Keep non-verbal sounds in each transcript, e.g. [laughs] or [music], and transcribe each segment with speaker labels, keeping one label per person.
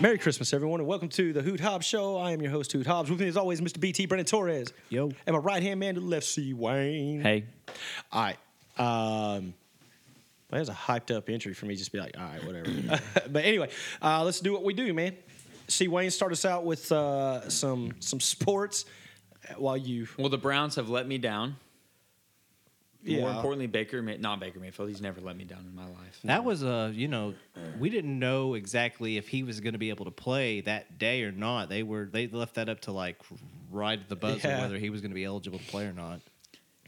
Speaker 1: Merry Christmas, everyone, and welcome to the Hoot Hobbs Show. I am your host, Hoot Hobbs. With me, as always, Mr. BT Brennan Torres.
Speaker 2: Yo.
Speaker 1: And my right hand man to the left, C. Wayne.
Speaker 2: Hey,
Speaker 1: All right. Um, well, that's a hyped up entry for me. Just be like, all right,
Speaker 3: [clears throat]
Speaker 1: whatever. but anyway, uh, let's do what we do, man. C. Wayne, start us out with uh, some some sports while you.
Speaker 3: Well, the Browns have let me down. More
Speaker 1: Yeah.
Speaker 3: importantly, Baker, Ma- not Baker Mayfield. He's never let me down in my life.
Speaker 2: that was a you know we didn't know exactly if he was going to be able to play that day or not. They were they left that up to like ride the buzzer
Speaker 1: Yeah.
Speaker 2: whether he was going to be eligible to play or not.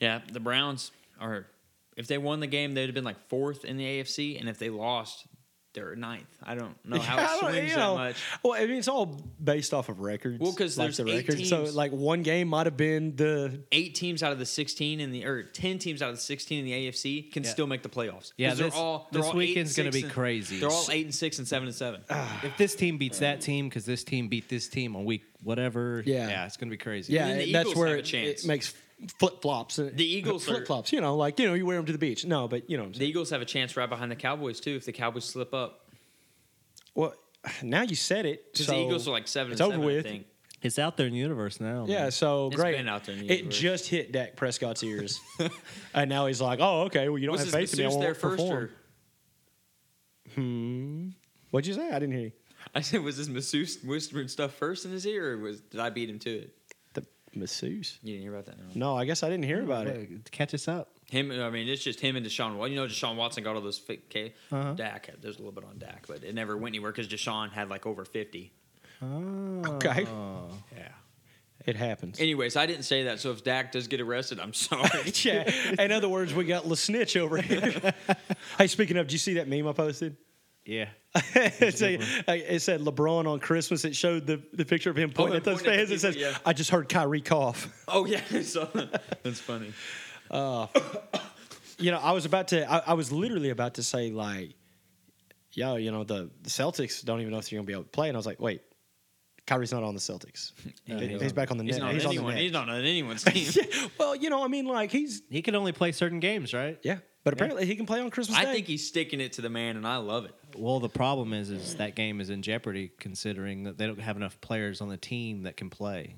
Speaker 3: Yeah, the Browns are. If they won the game, they'd have been like fourth in the AFC, and if they lost, they're ninth. I don't know
Speaker 1: [laughs]
Speaker 3: how
Speaker 1: Yeah, I
Speaker 3: it
Speaker 1: don't-
Speaker 3: swings
Speaker 1: you
Speaker 3: that
Speaker 1: know,
Speaker 3: much.
Speaker 1: Well, I mean, it's all based off of records.
Speaker 3: Well, 'cause
Speaker 1: like
Speaker 3: there's
Speaker 1: the
Speaker 3: eight
Speaker 1: records. So,
Speaker 3: teams.
Speaker 1: like, one game might have been the
Speaker 3: Eight teams out of the sixteen in the or ten teams out of the sixteen in the AFC can
Speaker 2: Yeah.
Speaker 3: still make the playoffs. 'Cause
Speaker 2: Yeah,
Speaker 3: they're
Speaker 2: this-
Speaker 3: all they're
Speaker 2: this
Speaker 3: all eight and
Speaker 2: weekend's gonna
Speaker 3: six
Speaker 2: be
Speaker 3: and-
Speaker 2: crazy.
Speaker 3: They're all eight and six and seven and seven.
Speaker 2: if this team beats that team because this team beat this team on week whatever,
Speaker 1: Yeah.
Speaker 2: yeah, it's going to be crazy.
Speaker 1: Yeah,
Speaker 3: then the
Speaker 1: and that's
Speaker 3: Eagles
Speaker 1: where
Speaker 3: have a
Speaker 1: it,
Speaker 3: chance.
Speaker 1: it makes flip flops.
Speaker 3: The Eagles are-
Speaker 1: flip flops. You know, like you know, you wear them to the beach. No, but you know, what I'm
Speaker 3: the
Speaker 1: saying.
Speaker 3: Eagles have a chance right behind the Cowboys too. If the Cowboys slip up,
Speaker 1: well, [sighs] now you said it.
Speaker 3: because
Speaker 1: so
Speaker 3: the Eagles are like seven.
Speaker 1: it's
Speaker 3: and
Speaker 1: over
Speaker 3: seven,
Speaker 1: with.
Speaker 3: I think.
Speaker 2: It's out there in the universe now.
Speaker 1: Yeah,
Speaker 2: man.
Speaker 1: so
Speaker 3: It's
Speaker 1: great.
Speaker 3: been out there in the
Speaker 1: it
Speaker 3: universe.
Speaker 1: just hit Dak Prescott's
Speaker 3: [laughs]
Speaker 1: ears, and now he's like, "Oh, okay. Well, you don't
Speaker 3: Was
Speaker 1: have faith in
Speaker 3: this
Speaker 1: me. I
Speaker 3: Masseuse
Speaker 1: won't
Speaker 3: there first?
Speaker 1: perform." Hmm.
Speaker 3: Or,
Speaker 1: What'd you say? I didn't hear you.
Speaker 3: [laughs] I said, was this masseuse whispering stuff first in his ear, or was did I beat him to it?
Speaker 1: The masseuse.
Speaker 3: You didn't hear about that. No.
Speaker 1: No, I guess I didn't hear about it.
Speaker 2: Hey, catch us up.
Speaker 3: Him, I mean, it's just him and Deshaun. Well, you know, Deshaun Watson got all those fake. Okay,
Speaker 2: Uh-huh.
Speaker 3: Dak had, there's a little bit on Dak, but it never went anywhere because Deshaun had like over fifty.
Speaker 1: Okay.
Speaker 2: Oh.
Speaker 3: Yeah.
Speaker 1: It happens.
Speaker 3: Anyways, I didn't say that. So if Dak does get arrested, I'm sorry.
Speaker 1: [laughs]
Speaker 3: [laughs]
Speaker 1: yeah. In other words, we got La Snitch over here. hey, speaking of, did you see that meme I posted?
Speaker 2: yeah.
Speaker 1: [laughs] it, said, it said LeBron on Christmas. It showed the, the picture of him pointing
Speaker 3: Oh,
Speaker 1: at those
Speaker 3: pointing
Speaker 1: fans.
Speaker 3: at the
Speaker 1: It says,
Speaker 3: people, yeah.
Speaker 1: I just heard Kyrie cough. [laughs]
Speaker 3: oh yeah, so, that's funny.
Speaker 1: You know, I was about to, I, I was literally about to say, like, yo, you know, the, the Celtics don't even know if they're going to be able to play. And I was like, wait, Kyrie's not on the
Speaker 3: [laughs]
Speaker 1: Celtics. He-
Speaker 2: he's
Speaker 1: he's,
Speaker 2: on-
Speaker 1: back on the
Speaker 3: He's
Speaker 1: net.
Speaker 3: not
Speaker 1: he's
Speaker 3: on
Speaker 1: on the
Speaker 3: anyone.
Speaker 1: net.
Speaker 3: He's not on
Speaker 1: [laughs]
Speaker 3: anyone's team.
Speaker 1: Yeah, well, you know, I mean, like, he's,
Speaker 2: He can only play certain games, right?
Speaker 1: yeah. But apparently he can play on Christmas
Speaker 3: I
Speaker 1: Day.
Speaker 3: think he's sticking it to the man, and I love it.
Speaker 2: Well, the problem is, is that game is in jeopardy considering that they don't have enough players on the team that can play.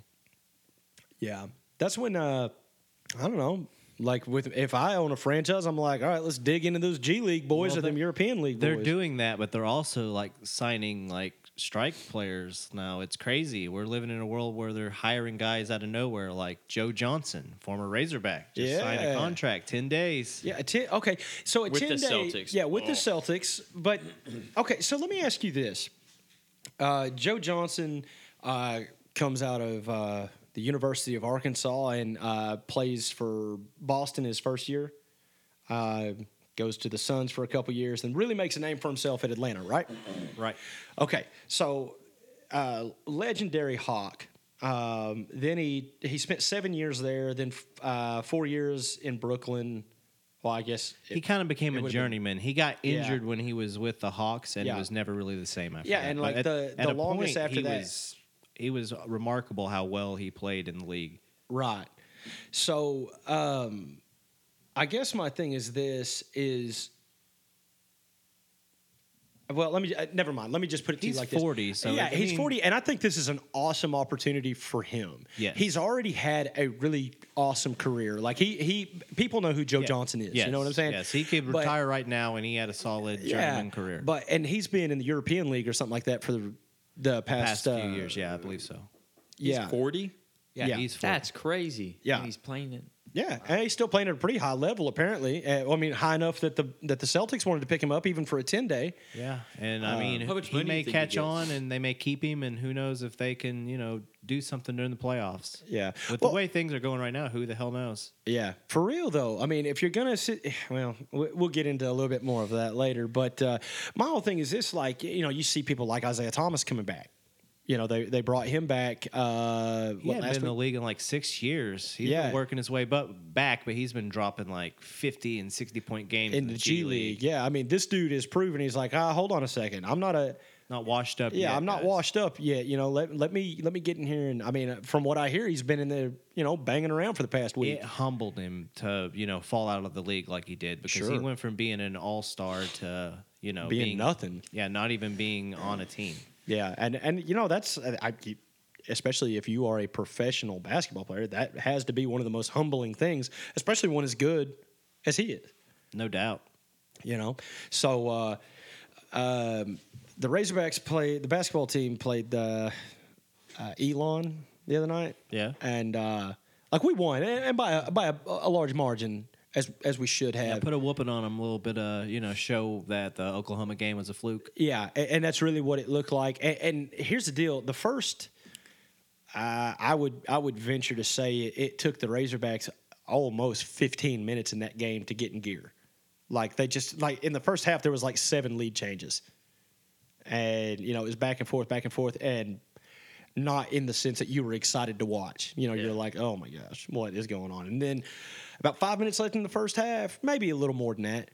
Speaker 1: Yeah. That's when uh I don't know. Like with if I own a franchise, I'm like, all right, let's dig into those G League boys
Speaker 2: Well,
Speaker 1: or them
Speaker 2: they're-
Speaker 1: European League
Speaker 2: They're
Speaker 1: boys.
Speaker 2: doing that, but they're also like signing like strike players now. It's crazy. We're living in a world where they're hiring guys out of nowhere, like Joe Johnson, former Razorback, just signed
Speaker 1: Yeah.
Speaker 2: a contract ten days.
Speaker 1: yeah, a ten, okay. So a
Speaker 3: With
Speaker 1: 10
Speaker 3: the
Speaker 1: day,
Speaker 3: Celtics.
Speaker 1: Yeah, with the
Speaker 3: Oh.
Speaker 1: Celtics. But okay, so let me ask you this: uh, Joe Johnson uh, comes out of uh, the University of Arkansas and uh, plays for Boston his first year. Uh, goes to the Suns for a couple years, and really makes a name for himself at Atlanta, right?
Speaker 2: Right.
Speaker 1: Okay, so uh, legendary Hawk. Um, then he he spent seven years there, then f- uh, four years in Brooklyn. Well, I guess
Speaker 2: he kind of became
Speaker 1: it
Speaker 2: a
Speaker 1: would've been-
Speaker 2: journeyman. He got
Speaker 1: Yeah.
Speaker 2: injured when he was with the Hawks, and
Speaker 1: Yeah.
Speaker 2: it was never really the same after.
Speaker 1: Yeah,
Speaker 2: that.
Speaker 1: and,
Speaker 2: But
Speaker 1: like,
Speaker 2: at-
Speaker 1: the-
Speaker 2: at
Speaker 1: the
Speaker 2: a
Speaker 1: longest
Speaker 2: point,
Speaker 1: after
Speaker 2: he
Speaker 1: that-
Speaker 2: was, he was remarkable how well he played in the league.
Speaker 1: Right. So um, I guess my thing is this is. Well, let me. Uh, never mind. Let me just put it to
Speaker 2: He's
Speaker 1: you like
Speaker 2: 40,
Speaker 1: this.
Speaker 2: so
Speaker 1: yeah,
Speaker 2: I
Speaker 1: he's
Speaker 2: mean-
Speaker 1: forty, and I think this is an awesome opportunity for him.
Speaker 2: Yes.
Speaker 1: he's already had a really awesome career. Like he, he, people know who Joe
Speaker 2: Yeah.
Speaker 1: Johnson is.
Speaker 2: Yes,
Speaker 1: You know what I'm saying?
Speaker 2: Yes, he could
Speaker 1: But-
Speaker 2: retire right now, and he had a solid journeyman career.
Speaker 1: But and he's been in the European League or something like that for the the past,
Speaker 2: past few
Speaker 1: uh,
Speaker 2: years, yeah, I believe so.
Speaker 1: Yeah,
Speaker 3: He's forty.
Speaker 2: Yeah,
Speaker 1: Yeah.
Speaker 2: he's
Speaker 3: That's crazy.
Speaker 1: Yeah.
Speaker 3: and he's playing it.
Speaker 1: Yeah, and he's still playing at a pretty high level, apparently. Uh, well, I mean, high enough that the that the Celtics wanted to pick him up even for a ten day.
Speaker 2: Yeah, and I
Speaker 1: Uh,
Speaker 2: mean,
Speaker 3: Um, How much
Speaker 2: he
Speaker 3: money do you
Speaker 2: may
Speaker 3: think he
Speaker 2: catch
Speaker 3: gets?
Speaker 2: on, and they may keep him, and who knows if they can, you know, do something during the playoffs.
Speaker 1: Yeah,
Speaker 2: With
Speaker 1: Well,
Speaker 2: the way things are going right now, who the hell knows?
Speaker 1: yeah, for real though. I mean, if you're gonna sit, [sighs] well, we- we'll get into a little bit more of that later. But uh, my whole thing is this: like, you know, you see people like Isaiah Thomas coming back. You know, they they brought him back. Uh,
Speaker 2: He
Speaker 1: what,
Speaker 2: hasn't been
Speaker 1: last
Speaker 2: in the
Speaker 1: week?
Speaker 2: league in like six years. He's
Speaker 1: Yeah.
Speaker 2: been working his way but back, but he's been dropping like fifty and sixty point games
Speaker 1: in the G League. Yeah, I mean, this dude is proven. He's like, ah, hold on a second, I'm not a
Speaker 2: Not washed up.
Speaker 1: Yeah,
Speaker 2: yet,
Speaker 1: I'm not
Speaker 2: guys.
Speaker 1: washed up yet. You know, let let me let me get in here and I mean, uh, from what I hear, he's been in there, you know, banging around for the past week.
Speaker 2: It humbled him to you know fall out of the league like he did because he
Speaker 1: Sure.
Speaker 2: went from being an all star to you know
Speaker 1: being, nothing.
Speaker 2: Yeah, not even being on a team.
Speaker 1: Yeah, and and you know that's uh, I keep especially if you are a professional basketball player, that has to be one of the most humbling things, especially one as good as he is.
Speaker 2: No doubt.
Speaker 1: You know, so uh, um, the Razorbacks played the basketball team played uh, uh, Elon the other night.
Speaker 2: Yeah.
Speaker 1: and uh, like we won, and, and by a, by a, a large margin. As, as we should have.
Speaker 2: Yeah, put a whooping on them a little bit. Uh, you know, show that the Oklahoma game was a fluke.
Speaker 1: Yeah, a- and, that's really what it looked like. And, and here's the deal: the first, uh, I would I would venture to say it, it took the Razorbacks almost 15 minutes in that game to get in gear. Like they just like in the first half there was like seven lead changes, and you know it was back and forth, back and forth, and not in the sense that you were excited to watch. You know,
Speaker 3: Yeah.
Speaker 1: you're like, oh my gosh, what is going on? And then about five minutes left in the first half, maybe a little more than that,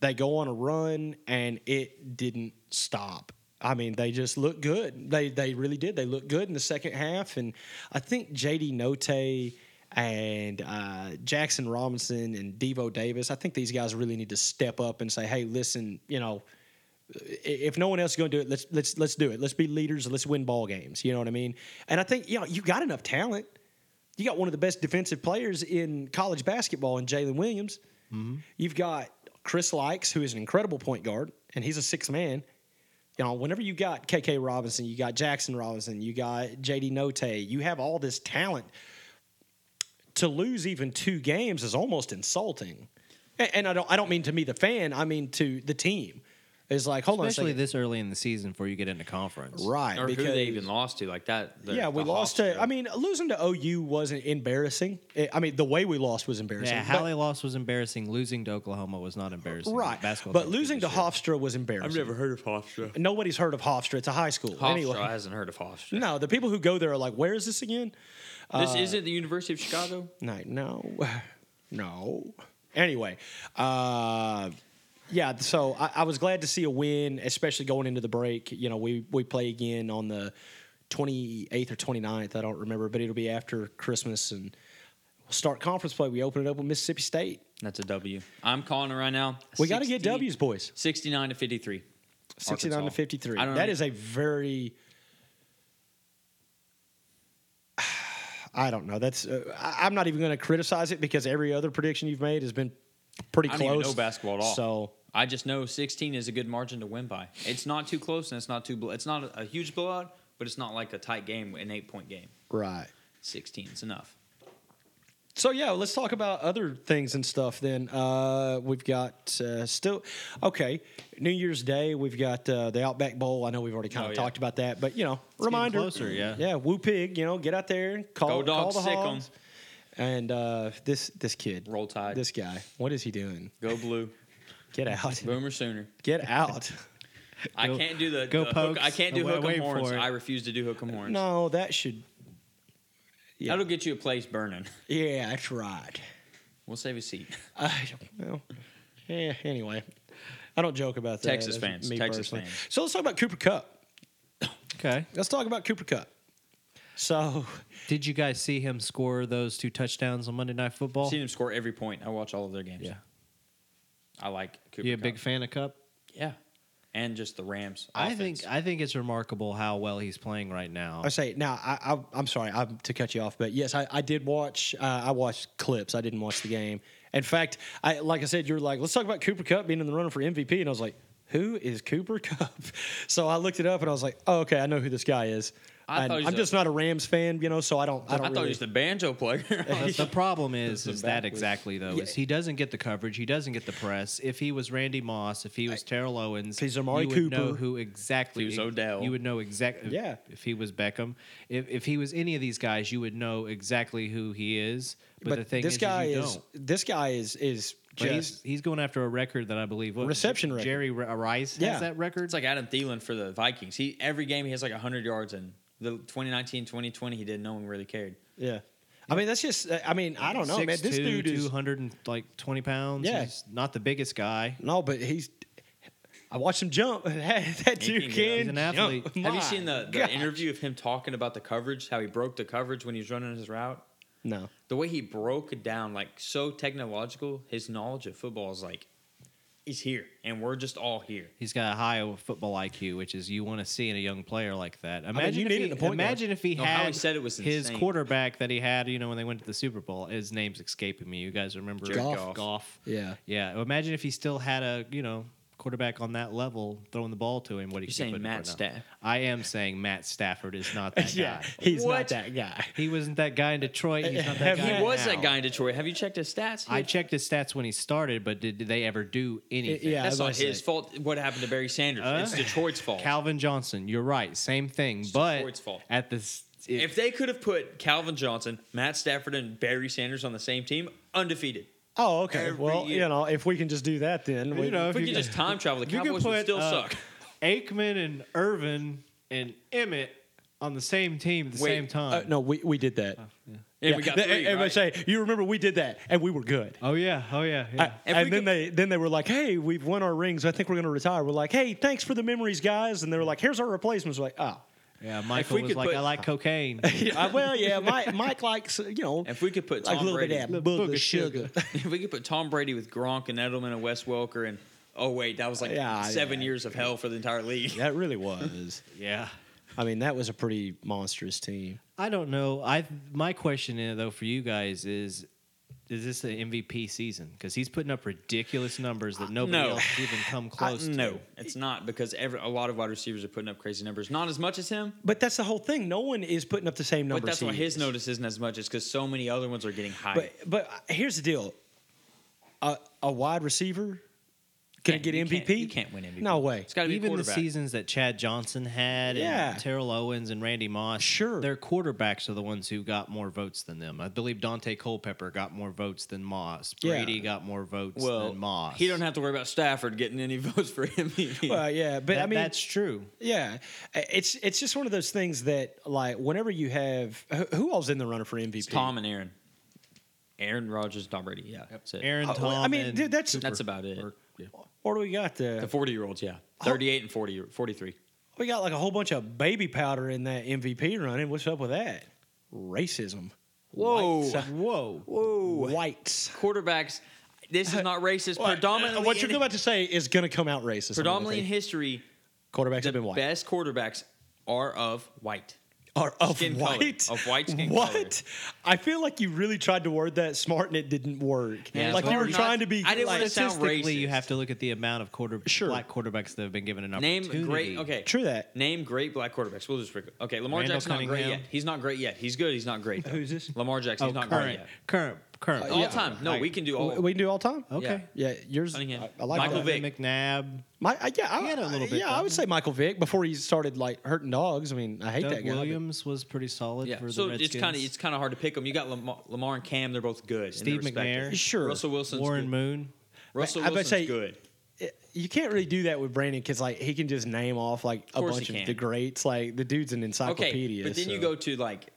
Speaker 1: they go on a run and it didn't stop. I mean, they just looked good. They they really did. They looked good in the second half, and I think J.D. Note and uh, Jackson Robinson and Devo Davis. I think these guys really need to step up and say, "Hey, listen, you know, i- if no one else is going to do it, let's let's let's do it. Let's be leaders. Let's win ball games. You know what I mean? And I think you know you got enough talent. You got one of the best defensive players in college basketball in Jalen Williams.
Speaker 3: Mm-hmm.
Speaker 1: You've got Chris Likes, who is an incredible point guard, and he's a six man. You know, whenever you got KK Robinson, you got Jackson Robinson, you got JD Note, you have all this talent. To lose even two games is almost insulting. A- And I don't I don't mean to me the fan, I mean to the team. It's like, hold on a
Speaker 2: Especially
Speaker 1: second.
Speaker 2: this early in the season before you get into conference.
Speaker 1: right.
Speaker 3: or who they
Speaker 1: because-
Speaker 3: even lost to, like that. the-
Speaker 1: yeah, we
Speaker 3: the
Speaker 1: lost
Speaker 3: Hawks
Speaker 1: to. I mean, losing to OU wasn't embarrassing. It- I mean, the way we lost was embarrassing.
Speaker 2: Yeah,
Speaker 1: but-
Speaker 2: how they lost was embarrassing. Losing to Oklahoma was not embarrassing.
Speaker 1: right,
Speaker 2: Basketball
Speaker 1: but
Speaker 2: teams do
Speaker 1: losing to
Speaker 2: this shit.
Speaker 1: Hofstra was embarrassing.
Speaker 3: heard of Hofstra.
Speaker 1: Nobody's heard of Hofstra. It's a high school.
Speaker 3: Hofstra
Speaker 1: anyway,
Speaker 3: I hasn't heard of Hofstra.
Speaker 1: no, the people who go there are like, "Where is this again?"
Speaker 2: Uh,
Speaker 3: This is it. The University of Chicago.
Speaker 1: No, no, [sighs] no. Anyway, uh, yeah. So I, I was glad to see a win, especially going into the break. You know, we we play again on the 28th or 29th. I don't remember, but it'll be after Christmas and we'll start conference play. We open it up with Mississippi State.
Speaker 3: That's a W. I'm calling it right now.
Speaker 1: We got to get
Speaker 3: 60
Speaker 1: W's, boys.
Speaker 3: 69 to 53.
Speaker 1: 69 to
Speaker 3: Arkansas.
Speaker 1: 53.
Speaker 3: I don't
Speaker 1: That
Speaker 3: know.
Speaker 1: is a very. [sighs] I don't know. That's uh, I, I'm not even going to criticize it because every other prediction you've made has been pretty
Speaker 3: I
Speaker 1: close.
Speaker 3: don't even know basketball at all.
Speaker 1: So
Speaker 3: I just know 16 is a good margin to win by. It's not too close and it's not too. bl- It's not a, a huge blowout, but it's not like a tight game, an eight point game.
Speaker 1: right.
Speaker 3: 16 is enough.
Speaker 1: So yeah, let's talk about other things and stuff. Then uh, we've got uh, still okay. New Year's Day, we've got uh, the Outback Bowl. I know we've already kind
Speaker 3: Oh,
Speaker 1: of
Speaker 3: yeah.
Speaker 1: talked about that, but you know,
Speaker 2: getting
Speaker 1: reminder.
Speaker 2: closer, yeah.
Speaker 1: yeah. Woo pig, you know, get out there, call,
Speaker 3: Go dogs,
Speaker 1: call the
Speaker 3: sick 'em.
Speaker 1: hogs. And uh, this this kid,
Speaker 3: Roll Tide.
Speaker 1: This guy, what is he doing?
Speaker 3: Go blue.
Speaker 2: [laughs]
Speaker 1: Get out!
Speaker 3: Boomer sooner.
Speaker 1: [laughs] Get
Speaker 3: [laughs]
Speaker 1: out!
Speaker 3: I
Speaker 2: Go-
Speaker 3: can't do the.
Speaker 2: go
Speaker 3: the hook, I
Speaker 2: Pokes.
Speaker 3: can't do
Speaker 2: Wait-
Speaker 3: hook 'em
Speaker 2: wait for
Speaker 3: horns.
Speaker 2: it.
Speaker 3: I refuse to do hook 'em horns.
Speaker 1: no, that should. Yeah,
Speaker 3: That'll get you a place burning.
Speaker 1: yeah, that's right.
Speaker 3: We'll save a seat.
Speaker 1: I don't know. Yeah, anyway, I don't joke about that.
Speaker 3: Texas
Speaker 1: That's
Speaker 3: fans,
Speaker 1: me
Speaker 3: Texas
Speaker 1: personally.
Speaker 3: fans.
Speaker 1: So let's talk about Cooper Cup.
Speaker 2: Okay.
Speaker 1: Let's talk about Cooper Cup. So [laughs]
Speaker 2: Did you guys see him score those two touchdowns on Monday Night Football?
Speaker 3: Seen them score every point. I watch all of their games.
Speaker 2: Oh. Yeah.
Speaker 3: I like Cooper.
Speaker 2: You a big
Speaker 3: Kupp.
Speaker 2: fan of Cup?
Speaker 3: Yeah. And just the Rams.
Speaker 2: I
Speaker 3: offense.
Speaker 2: think I think it's remarkable how well he's playing right now.
Speaker 1: I say now, I, I, I'm sorry I'm, to cut you off, but yes, I, I did watch. Uh, I watched clips. I didn't watch the game. In fact, I like I said, you were like, let's talk about Cooper Cup being in the running for MVP, and I was like, who is Cooper Cup? [laughs] So I looked it up, and I was like, oh, okay, I know who this guy is.
Speaker 3: I
Speaker 1: And
Speaker 3: thought he was
Speaker 1: I'm
Speaker 3: a-
Speaker 1: just not a Rams fan, you know, so I don't. I
Speaker 3: I,
Speaker 1: don't.
Speaker 3: thought
Speaker 1: really,
Speaker 3: he was the banjo player. [laughs]
Speaker 1: [laughs]
Speaker 2: But the problem is,
Speaker 3: This is
Speaker 2: is that
Speaker 3: backwards.
Speaker 2: exactly though
Speaker 1: Yeah.
Speaker 2: is he doesn't get the coverage, he doesn't get the press. If he was Randy Moss, if he was Terrell Owens,
Speaker 1: he's Amari
Speaker 2: you would know
Speaker 1: Cooper.
Speaker 2: who exactly
Speaker 3: If he was Odell.
Speaker 2: You would know exactly.
Speaker 1: Yeah.
Speaker 2: If he was Beckham, if if he was any of these guys, you would know exactly who he is. But, the thing
Speaker 1: this
Speaker 2: is,
Speaker 1: guy
Speaker 2: you
Speaker 1: is
Speaker 2: don't.
Speaker 1: this guy is is
Speaker 2: But
Speaker 1: just
Speaker 2: he's, he's going after a record that I believe what was it?
Speaker 1: Reception record.
Speaker 2: Jerry R- Rice
Speaker 1: Yeah.
Speaker 2: has that record.
Speaker 3: it's like Adam Thielen for the Vikings. He every game he has like 100 yards and the 2019 2020 he didn't no one really cared.
Speaker 1: yeah. I mean, that's just. I mean, I don't know, man. This dude is
Speaker 2: two hundred and like twenty pounds.
Speaker 1: Yeah.
Speaker 2: he's not the biggest guy.
Speaker 1: No, but he's. I watched him jump. [laughs] that that
Speaker 3: He
Speaker 1: dude
Speaker 3: can
Speaker 1: can.
Speaker 3: go.
Speaker 2: He's
Speaker 1: [laughs]
Speaker 2: an athlete.
Speaker 1: jump.
Speaker 3: Have
Speaker 1: My
Speaker 3: you seen the,
Speaker 1: [laughs]
Speaker 3: the
Speaker 1: gosh.
Speaker 3: interview of him talking about the coverage, how he broke the coverage when he was running his route?
Speaker 1: No.
Speaker 3: The way he broke it down, like so technological, his knowledge of football is like is here, and we're just all here.
Speaker 2: He's got a high football IQ, which is you want to see in a young player like that. Imagine
Speaker 1: you
Speaker 2: if
Speaker 1: needed
Speaker 2: he,
Speaker 1: a point guard.
Speaker 2: imagine if he
Speaker 3: No, Oh, how
Speaker 2: had
Speaker 3: he said it was
Speaker 2: his
Speaker 3: insane.
Speaker 2: quarterback that he had, you know, when they went to the Super Bowl. His name's escaping me. You guys remember
Speaker 3: Jared
Speaker 1: Goff.
Speaker 3: Goff.
Speaker 2: Goff.
Speaker 1: Yeah.
Speaker 2: Yeah. Imagine if he still had a, you know, quarterback on that level throwing the ball to him. What he
Speaker 3: You're
Speaker 2: could
Speaker 3: saying
Speaker 2: put in
Speaker 3: Matt
Speaker 2: right now.
Speaker 3: Staff.
Speaker 2: I am saying Matt Stafford is not
Speaker 1: [laughs]
Speaker 2: that guy.
Speaker 1: He's
Speaker 3: What?
Speaker 1: not that guy.
Speaker 2: He wasn't that guy in Detroit. He's not
Speaker 1: Have
Speaker 2: that guy.
Speaker 3: He was
Speaker 2: now.
Speaker 3: that guy in Detroit. Have you checked his stats? He
Speaker 2: I
Speaker 3: had-
Speaker 2: checked his stats when he started, but did, did they ever do anything?
Speaker 1: yeah. I
Speaker 3: That's
Speaker 1: was Uh-huh.
Speaker 3: not
Speaker 1: gonna
Speaker 3: his
Speaker 1: say.
Speaker 3: fault. What happened to Barry Sanders?
Speaker 2: Uh,
Speaker 3: it's Detroit's fault.
Speaker 2: Calvin Johnson, you're right. Same thing, but
Speaker 3: Detroit's fault.
Speaker 2: at this,
Speaker 3: if they could have put Calvin Johnson, Matt Stafford, and Barry Sanders on the same team, undefeated.
Speaker 1: Oh, okay.
Speaker 3: Every
Speaker 1: well,
Speaker 3: year.
Speaker 1: you know, if we can just do that, then we,
Speaker 2: you know,
Speaker 3: If
Speaker 2: if
Speaker 3: we
Speaker 2: you
Speaker 3: could just time travel, the
Speaker 2: you could
Speaker 3: Cowboys would
Speaker 2: put
Speaker 3: still
Speaker 2: uh,
Speaker 3: suck. [laughs]
Speaker 2: Aikman and Irvin and Emmett on the same team at the
Speaker 3: Wait,
Speaker 2: same
Speaker 1: Uh,
Speaker 2: time.
Speaker 1: no, we, we did that.
Speaker 3: And we got
Speaker 1: They-
Speaker 3: three,
Speaker 1: everybody
Speaker 3: right?
Speaker 1: say, you remember we did that, and we were good.
Speaker 2: Oh yeah, oh yeah, yeah.
Speaker 1: I-
Speaker 3: If
Speaker 1: and
Speaker 3: we
Speaker 1: then
Speaker 3: could-
Speaker 1: they then they were like, "Hey, we've won our rings. I think we're going to retire." We're like, "Hey, thanks for the memories, guys." And they were like, "Here's our replacements." We're like, "Oh,
Speaker 2: yeah, Michael
Speaker 3: we
Speaker 2: was
Speaker 3: could
Speaker 2: like,
Speaker 3: put-
Speaker 2: I like
Speaker 3: [laughs]
Speaker 2: cocaine.
Speaker 1: Uh, well, yeah, Mike, Mike likes you know
Speaker 3: If we could put
Speaker 1: like a
Speaker 3: Tom
Speaker 1: little
Speaker 3: Brady,
Speaker 1: bit of that
Speaker 2: Little
Speaker 1: booger,
Speaker 2: booger
Speaker 1: sugar."
Speaker 3: [laughs] if we could put Tom Brady with Gronk and Edelman and Wes Welker, and oh wait, that was like
Speaker 1: Yeah,
Speaker 3: seven
Speaker 1: yeah.
Speaker 3: years of hell for the entire league.
Speaker 1: that really was.
Speaker 2: yeah.
Speaker 1: I mean, that was a pretty monstrous team.
Speaker 2: I don't know. I my question uh, though for you guys is. Is this an MVP season? Because he's putting up ridiculous numbers that nobody
Speaker 3: Uh, no.
Speaker 2: else even come
Speaker 3: [sighs] I-
Speaker 2: close to.
Speaker 3: [laughs] no, it's not because every, a lot of wide receivers are putting up crazy numbers. Not as much as him,
Speaker 1: But that's the whole thing. No one is putting up the same numbers.
Speaker 3: but that's
Speaker 1: he
Speaker 3: why his
Speaker 1: is.
Speaker 3: notice isn't as much. Is because so many other ones are getting high.
Speaker 1: But but here's the deal: a, a wide receiver can
Speaker 3: Can't-
Speaker 1: get
Speaker 3: you
Speaker 1: MVP.
Speaker 3: can't- you can't win MVP.
Speaker 1: No way.
Speaker 3: it's got to be a
Speaker 2: even the
Speaker 3: quarterback.
Speaker 2: seasons that Chad Johnson had
Speaker 1: Yeah.
Speaker 2: and Terrell Owens and Randy Moss,
Speaker 1: Sure.
Speaker 2: their quarterbacks are the ones who got more votes than them. I believe Dante Culpepper got more votes than Moss.
Speaker 1: Yeah.
Speaker 2: Brady got more votes
Speaker 3: well,
Speaker 2: than Moss.
Speaker 3: he don't have to worry about Stafford getting any [laughs] votes for MVP.
Speaker 1: Well, yeah, but
Speaker 2: That,
Speaker 1: I mean,
Speaker 2: that's true.
Speaker 1: yeah, it's it's just one of those things that like whenever you have who- who all's in the runner for MVP?
Speaker 3: It's Tom and Aaron. Aaron Rodgers, Tom Brady. Yeah, that's it.
Speaker 2: Aaron,
Speaker 1: Oh,
Speaker 2: Tom,
Speaker 1: well, I mean,
Speaker 2: and
Speaker 1: dude, that's-
Speaker 2: Cooper.
Speaker 3: that's about it.
Speaker 2: Or- yeah.
Speaker 1: What do we got
Speaker 3: The
Speaker 1: there?
Speaker 3: forty-year-olds, yeah, thirty-eight and 40, 43.
Speaker 1: We got like a whole bunch of baby powder in that MVP running. What's up with that? Racism.
Speaker 3: Whoa.
Speaker 1: Whites.
Speaker 2: Whoa.
Speaker 3: Whoa,
Speaker 1: Whites.
Speaker 3: quarterbacks. This is not racist. predominantly,
Speaker 1: what you're
Speaker 3: in,
Speaker 1: about to say is going to come out racist. I'm gonna
Speaker 3: predominantly in
Speaker 1: think.
Speaker 3: history,
Speaker 1: quarterbacks
Speaker 3: the
Speaker 1: have been white.
Speaker 3: best quarterbacks are of white.
Speaker 1: Are of
Speaker 3: skin color.
Speaker 1: white.
Speaker 3: Of white skin
Speaker 1: What?
Speaker 3: color.
Speaker 1: I feel like you really tried to word that smart and it didn't work.
Speaker 3: Yeah,
Speaker 1: like
Speaker 3: it's
Speaker 1: you were
Speaker 3: hard not-
Speaker 1: trying to be.
Speaker 3: I didn't
Speaker 1: like,
Speaker 3: wanna sound
Speaker 2: Statistically, you
Speaker 3: racist.
Speaker 2: have to look at the amount of quarter
Speaker 1: Sure.
Speaker 2: black quarterbacks that have been given an
Speaker 3: Name
Speaker 2: opportunity.
Speaker 3: great. Okay,
Speaker 1: True that.
Speaker 3: Name great black quarterbacks. We'll just okay. Lamar
Speaker 2: Randall
Speaker 3: Jackson's not great yet.
Speaker 2: Cunningham.
Speaker 3: He's not great yet. He's good. He's not great. though.
Speaker 1: Who's this?
Speaker 3: Lamar Jackson.
Speaker 2: Oh,
Speaker 3: he's not great
Speaker 2: current, Oh,
Speaker 3: yet. Uh,
Speaker 2: current, current.
Speaker 3: All
Speaker 1: yeah.
Speaker 3: time. No,
Speaker 2: Like-
Speaker 3: we can do all.
Speaker 1: we can do all time.
Speaker 2: Okay.
Speaker 1: Yeah, yours.
Speaker 3: Cunningham.
Speaker 1: I, I like
Speaker 3: Michael
Speaker 1: that.
Speaker 3: Vick.
Speaker 2: McNabb.
Speaker 1: My, I, yeah,
Speaker 2: He
Speaker 1: I,
Speaker 2: had a little bit,
Speaker 1: Yeah, I
Speaker 2: didn't
Speaker 1: would
Speaker 2: he?
Speaker 1: say Michael Vick before he started like hurting dogs. I mean, I hate
Speaker 2: Doug
Speaker 1: that guy. but-
Speaker 2: Williams was pretty solid
Speaker 3: Yeah.
Speaker 2: for the
Speaker 3: So
Speaker 2: Redskins.
Speaker 3: it's kind of it's kind of hard to pick them. You got Lamar, Lamar and Cam. They're both good. in
Speaker 2: Steve
Speaker 3: their respective-
Speaker 2: McNair.
Speaker 1: Sure.
Speaker 3: Russell Wilson's
Speaker 2: Warren
Speaker 3: good.
Speaker 2: Moon.
Speaker 3: Russell
Speaker 1: I would
Speaker 3: Wilson's
Speaker 1: say-
Speaker 3: good.
Speaker 1: you can't really do that with Brandon because like he can just name off like a
Speaker 3: course
Speaker 1: bunch
Speaker 3: he
Speaker 1: of
Speaker 3: can.
Speaker 1: the greats. Like the dude's an
Speaker 3: Okay,
Speaker 1: encyclopedia.
Speaker 3: but then you
Speaker 1: so-
Speaker 3: go to like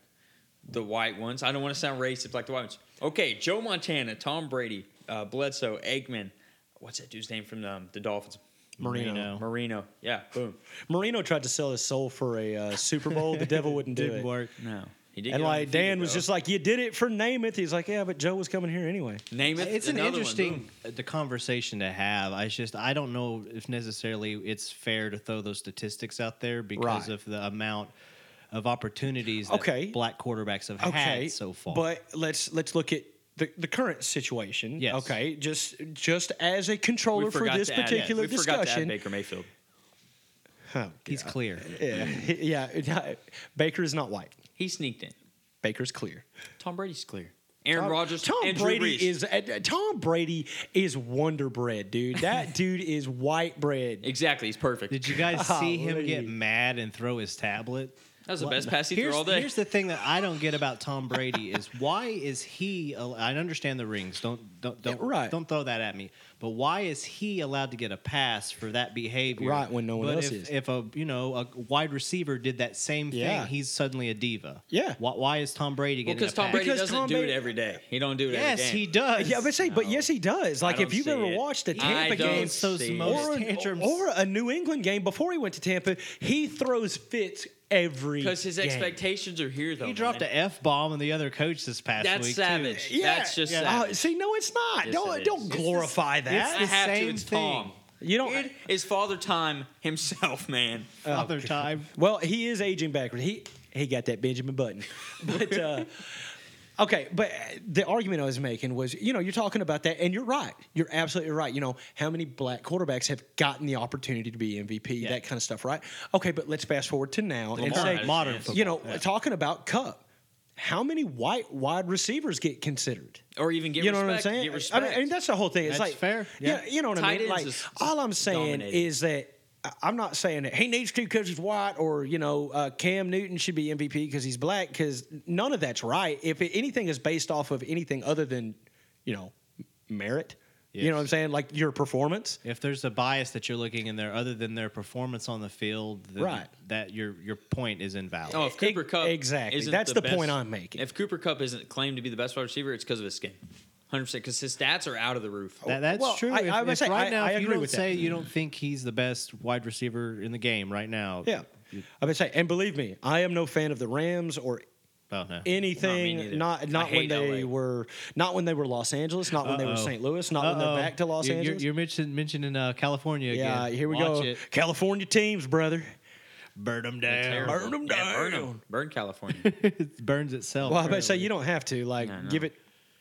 Speaker 3: the white ones. I don't want to sound racist, like the white ones. Okay, Joe Montana, Tom Brady, uh, Bledsoe, Aikman. What's that dude's name from the, um, the Dolphins?
Speaker 1: Marino.
Speaker 2: Marino.
Speaker 3: Marino. Yeah. Boom.
Speaker 1: Marino tried to sell his soul for a uh, Super Bowl. the devil
Speaker 3: [laughs]
Speaker 1: wouldn't do
Speaker 2: Didn't
Speaker 1: it.
Speaker 2: work.
Speaker 3: No. He did
Speaker 1: And
Speaker 3: get
Speaker 1: like
Speaker 3: undefeated,
Speaker 1: Dan was
Speaker 3: though.
Speaker 1: just like, "You did it for Namath." He's like, "Yeah, but Joe was coming here anyway."
Speaker 3: name it.
Speaker 2: It's an
Speaker 3: another one,
Speaker 2: interesting
Speaker 3: boom.
Speaker 2: uh, the conversation to have. I just I don't know if necessarily it's fair to throw those statistics out there because
Speaker 1: Right.
Speaker 2: of the amount of opportunities that
Speaker 1: Okay.
Speaker 2: black quarterbacks have had so far.
Speaker 1: But let's let's look at the, the current situation.
Speaker 2: Yes.
Speaker 1: Okay. Just just as a
Speaker 3: We
Speaker 1: controller for
Speaker 3: forgot
Speaker 1: this
Speaker 3: to add-
Speaker 1: particular
Speaker 3: we forgot to add
Speaker 1: discussion.
Speaker 3: Baker Mayfield.
Speaker 1: Oh,
Speaker 2: he's
Speaker 1: God.
Speaker 2: clear.
Speaker 1: yeah, he- yeah. [laughs] it- Baker is not white.
Speaker 3: He sneaked in.
Speaker 1: Baker's clear.
Speaker 3: Tom Brady's clear. Aaron
Speaker 1: Tom-
Speaker 3: Rodgers.
Speaker 1: Tom
Speaker 3: Andrew
Speaker 1: Brady
Speaker 3: Reese.
Speaker 1: is uh, Tom Brady is Wonder Bread, dude. That [laughs] dude is white bread.
Speaker 3: exactly. He's perfect.
Speaker 2: Did you guys see him
Speaker 1: Golly.
Speaker 2: get mad and throw his tablet?
Speaker 3: that was the best pass he
Speaker 2: here's,
Speaker 3: threw all day.
Speaker 2: here's the thing that I don't get about Tom Brady is why is he? al- I understand the rings. Don't don't don't
Speaker 1: Yeah, right.
Speaker 2: don't throw that at me. But why is he allowed to get a pass for that behavior?
Speaker 1: Right, when no one
Speaker 2: but
Speaker 1: else
Speaker 2: if,
Speaker 1: is.
Speaker 2: If a you know a wide receiver did that same thing,
Speaker 1: Yeah.
Speaker 2: he's suddenly a diva.
Speaker 1: Yeah.
Speaker 2: Why, why is Tom Brady
Speaker 3: Well,
Speaker 2: getting?
Speaker 3: because
Speaker 2: a
Speaker 3: Tom
Speaker 2: pass?
Speaker 3: Brady
Speaker 1: Because
Speaker 3: doesn't
Speaker 1: Tom
Speaker 3: do
Speaker 1: Brady-
Speaker 3: it every day. He don't do it every
Speaker 2: Yes,
Speaker 3: day.
Speaker 2: he does.
Speaker 1: Yeah, but say, but
Speaker 3: No.
Speaker 1: yes, he does. Like if
Speaker 3: don't
Speaker 1: you've
Speaker 3: see
Speaker 1: ever
Speaker 3: it.
Speaker 1: watched a
Speaker 3: I
Speaker 1: Tampa
Speaker 3: don't
Speaker 1: game,
Speaker 2: Those
Speaker 3: see it.
Speaker 2: most
Speaker 1: or, an-
Speaker 2: tantrums.
Speaker 1: or a New England game before he went to Tampa, he throws fits every
Speaker 3: Because his
Speaker 1: game.
Speaker 3: expectations are here, though.
Speaker 2: He dropped
Speaker 3: man.
Speaker 2: an F bomb on the other coach this past
Speaker 3: That's
Speaker 2: week.
Speaker 3: savage.
Speaker 2: Too.
Speaker 1: Yeah,
Speaker 3: That's just
Speaker 1: yeah.
Speaker 3: savage.
Speaker 1: Oh, see, no, it's not.
Speaker 3: Yes,
Speaker 1: don't
Speaker 3: it is.
Speaker 1: don't
Speaker 3: It's the-
Speaker 1: glorify that.
Speaker 3: I
Speaker 2: the
Speaker 3: have
Speaker 2: same
Speaker 3: to. It's Tom.
Speaker 2: thing.
Speaker 1: You don't-
Speaker 3: It is Father Time himself, man.
Speaker 1: Oh,
Speaker 2: Other time.
Speaker 1: Well, he is aging backwards. He he got that Benjamin Button, [laughs] but uh, okay. But the argument I was making was, you know, you're talking about that, and you're right. You're absolutely right. You know, how many black quarterbacks have gotten the opportunity to be MVP,
Speaker 2: Yeah.
Speaker 1: that kind of stuff, right? Okay, but let's fast forward to now and
Speaker 2: Lamar
Speaker 1: say,
Speaker 2: had a Modern chance.
Speaker 1: you know, talking about Cup. How many white wide receivers get considered?
Speaker 3: Or even get
Speaker 1: you know
Speaker 3: respect.
Speaker 1: what I'm saying?
Speaker 3: Get
Speaker 1: I
Speaker 3: respect.
Speaker 1: mean, I mean, that's the whole thing. It's
Speaker 2: That's
Speaker 1: like
Speaker 2: fair.
Speaker 1: Yeah,
Speaker 2: Yeah.
Speaker 1: you know what I
Speaker 3: Tight
Speaker 1: mean.
Speaker 3: ends
Speaker 1: Like
Speaker 3: is
Speaker 1: all I'm saying
Speaker 3: dominated.
Speaker 1: is that I- I'm not saying that he needs to because he's white or you know uh, Cam Newton should be MVP because he's black because none of that's right. If it, anything is based off of anything other than you know merit, you
Speaker 2: Yes.
Speaker 1: know what I'm saying, like your performance.
Speaker 2: If there's a bias that you're looking in there other than their performance on the field, then
Speaker 1: Right.
Speaker 2: that your your point is invalid.
Speaker 3: oh, if Cooper
Speaker 1: Ex-
Speaker 3: Cup
Speaker 1: e-, exactly.
Speaker 3: isn't
Speaker 1: That's
Speaker 3: the,
Speaker 1: the point
Speaker 3: best-
Speaker 1: I'm making.
Speaker 3: If Cooper Cup isn't claimed to be the best wide receiver, it's because of his skin. 100% because his stats are out of the roof.
Speaker 2: That, that's
Speaker 1: Well,
Speaker 2: true.
Speaker 1: I-
Speaker 2: if,
Speaker 1: I would
Speaker 2: if
Speaker 1: say
Speaker 2: right
Speaker 1: I-
Speaker 2: now,
Speaker 1: I
Speaker 2: if you
Speaker 1: agree
Speaker 2: don't
Speaker 1: with that.
Speaker 2: say you don't think he's the best wide receiver in the game right now.
Speaker 1: Yeah, I've been saying, and believe me, I am no fan of the Rams or
Speaker 2: Oh, no.
Speaker 1: anything.
Speaker 3: neither. I
Speaker 1: not not when
Speaker 3: hate
Speaker 1: they
Speaker 3: LA.
Speaker 1: were not when they were Los Angeles, not when they were
Speaker 2: Uh-oh.
Speaker 1: St. Louis, not when
Speaker 2: Uh-oh.
Speaker 1: uh, they're back to Los
Speaker 2: You- you're,
Speaker 1: Angeles.
Speaker 2: You're mention, mentioning uh, California
Speaker 1: yeah,
Speaker 2: again.
Speaker 1: here we
Speaker 2: Watch
Speaker 1: go.
Speaker 2: It.
Speaker 1: California teams, brother.
Speaker 2: Burn them
Speaker 3: They're
Speaker 2: down.
Speaker 3: terrible.
Speaker 1: Burn 'em
Speaker 3: Yeah, burn 'em.
Speaker 1: down. [laughs]
Speaker 3: Burn California.
Speaker 2: [laughs] it burns itself.
Speaker 3: Oh,
Speaker 1: Well, I bet say
Speaker 2: really.
Speaker 1: you don't have to like
Speaker 3: I know.
Speaker 1: give it.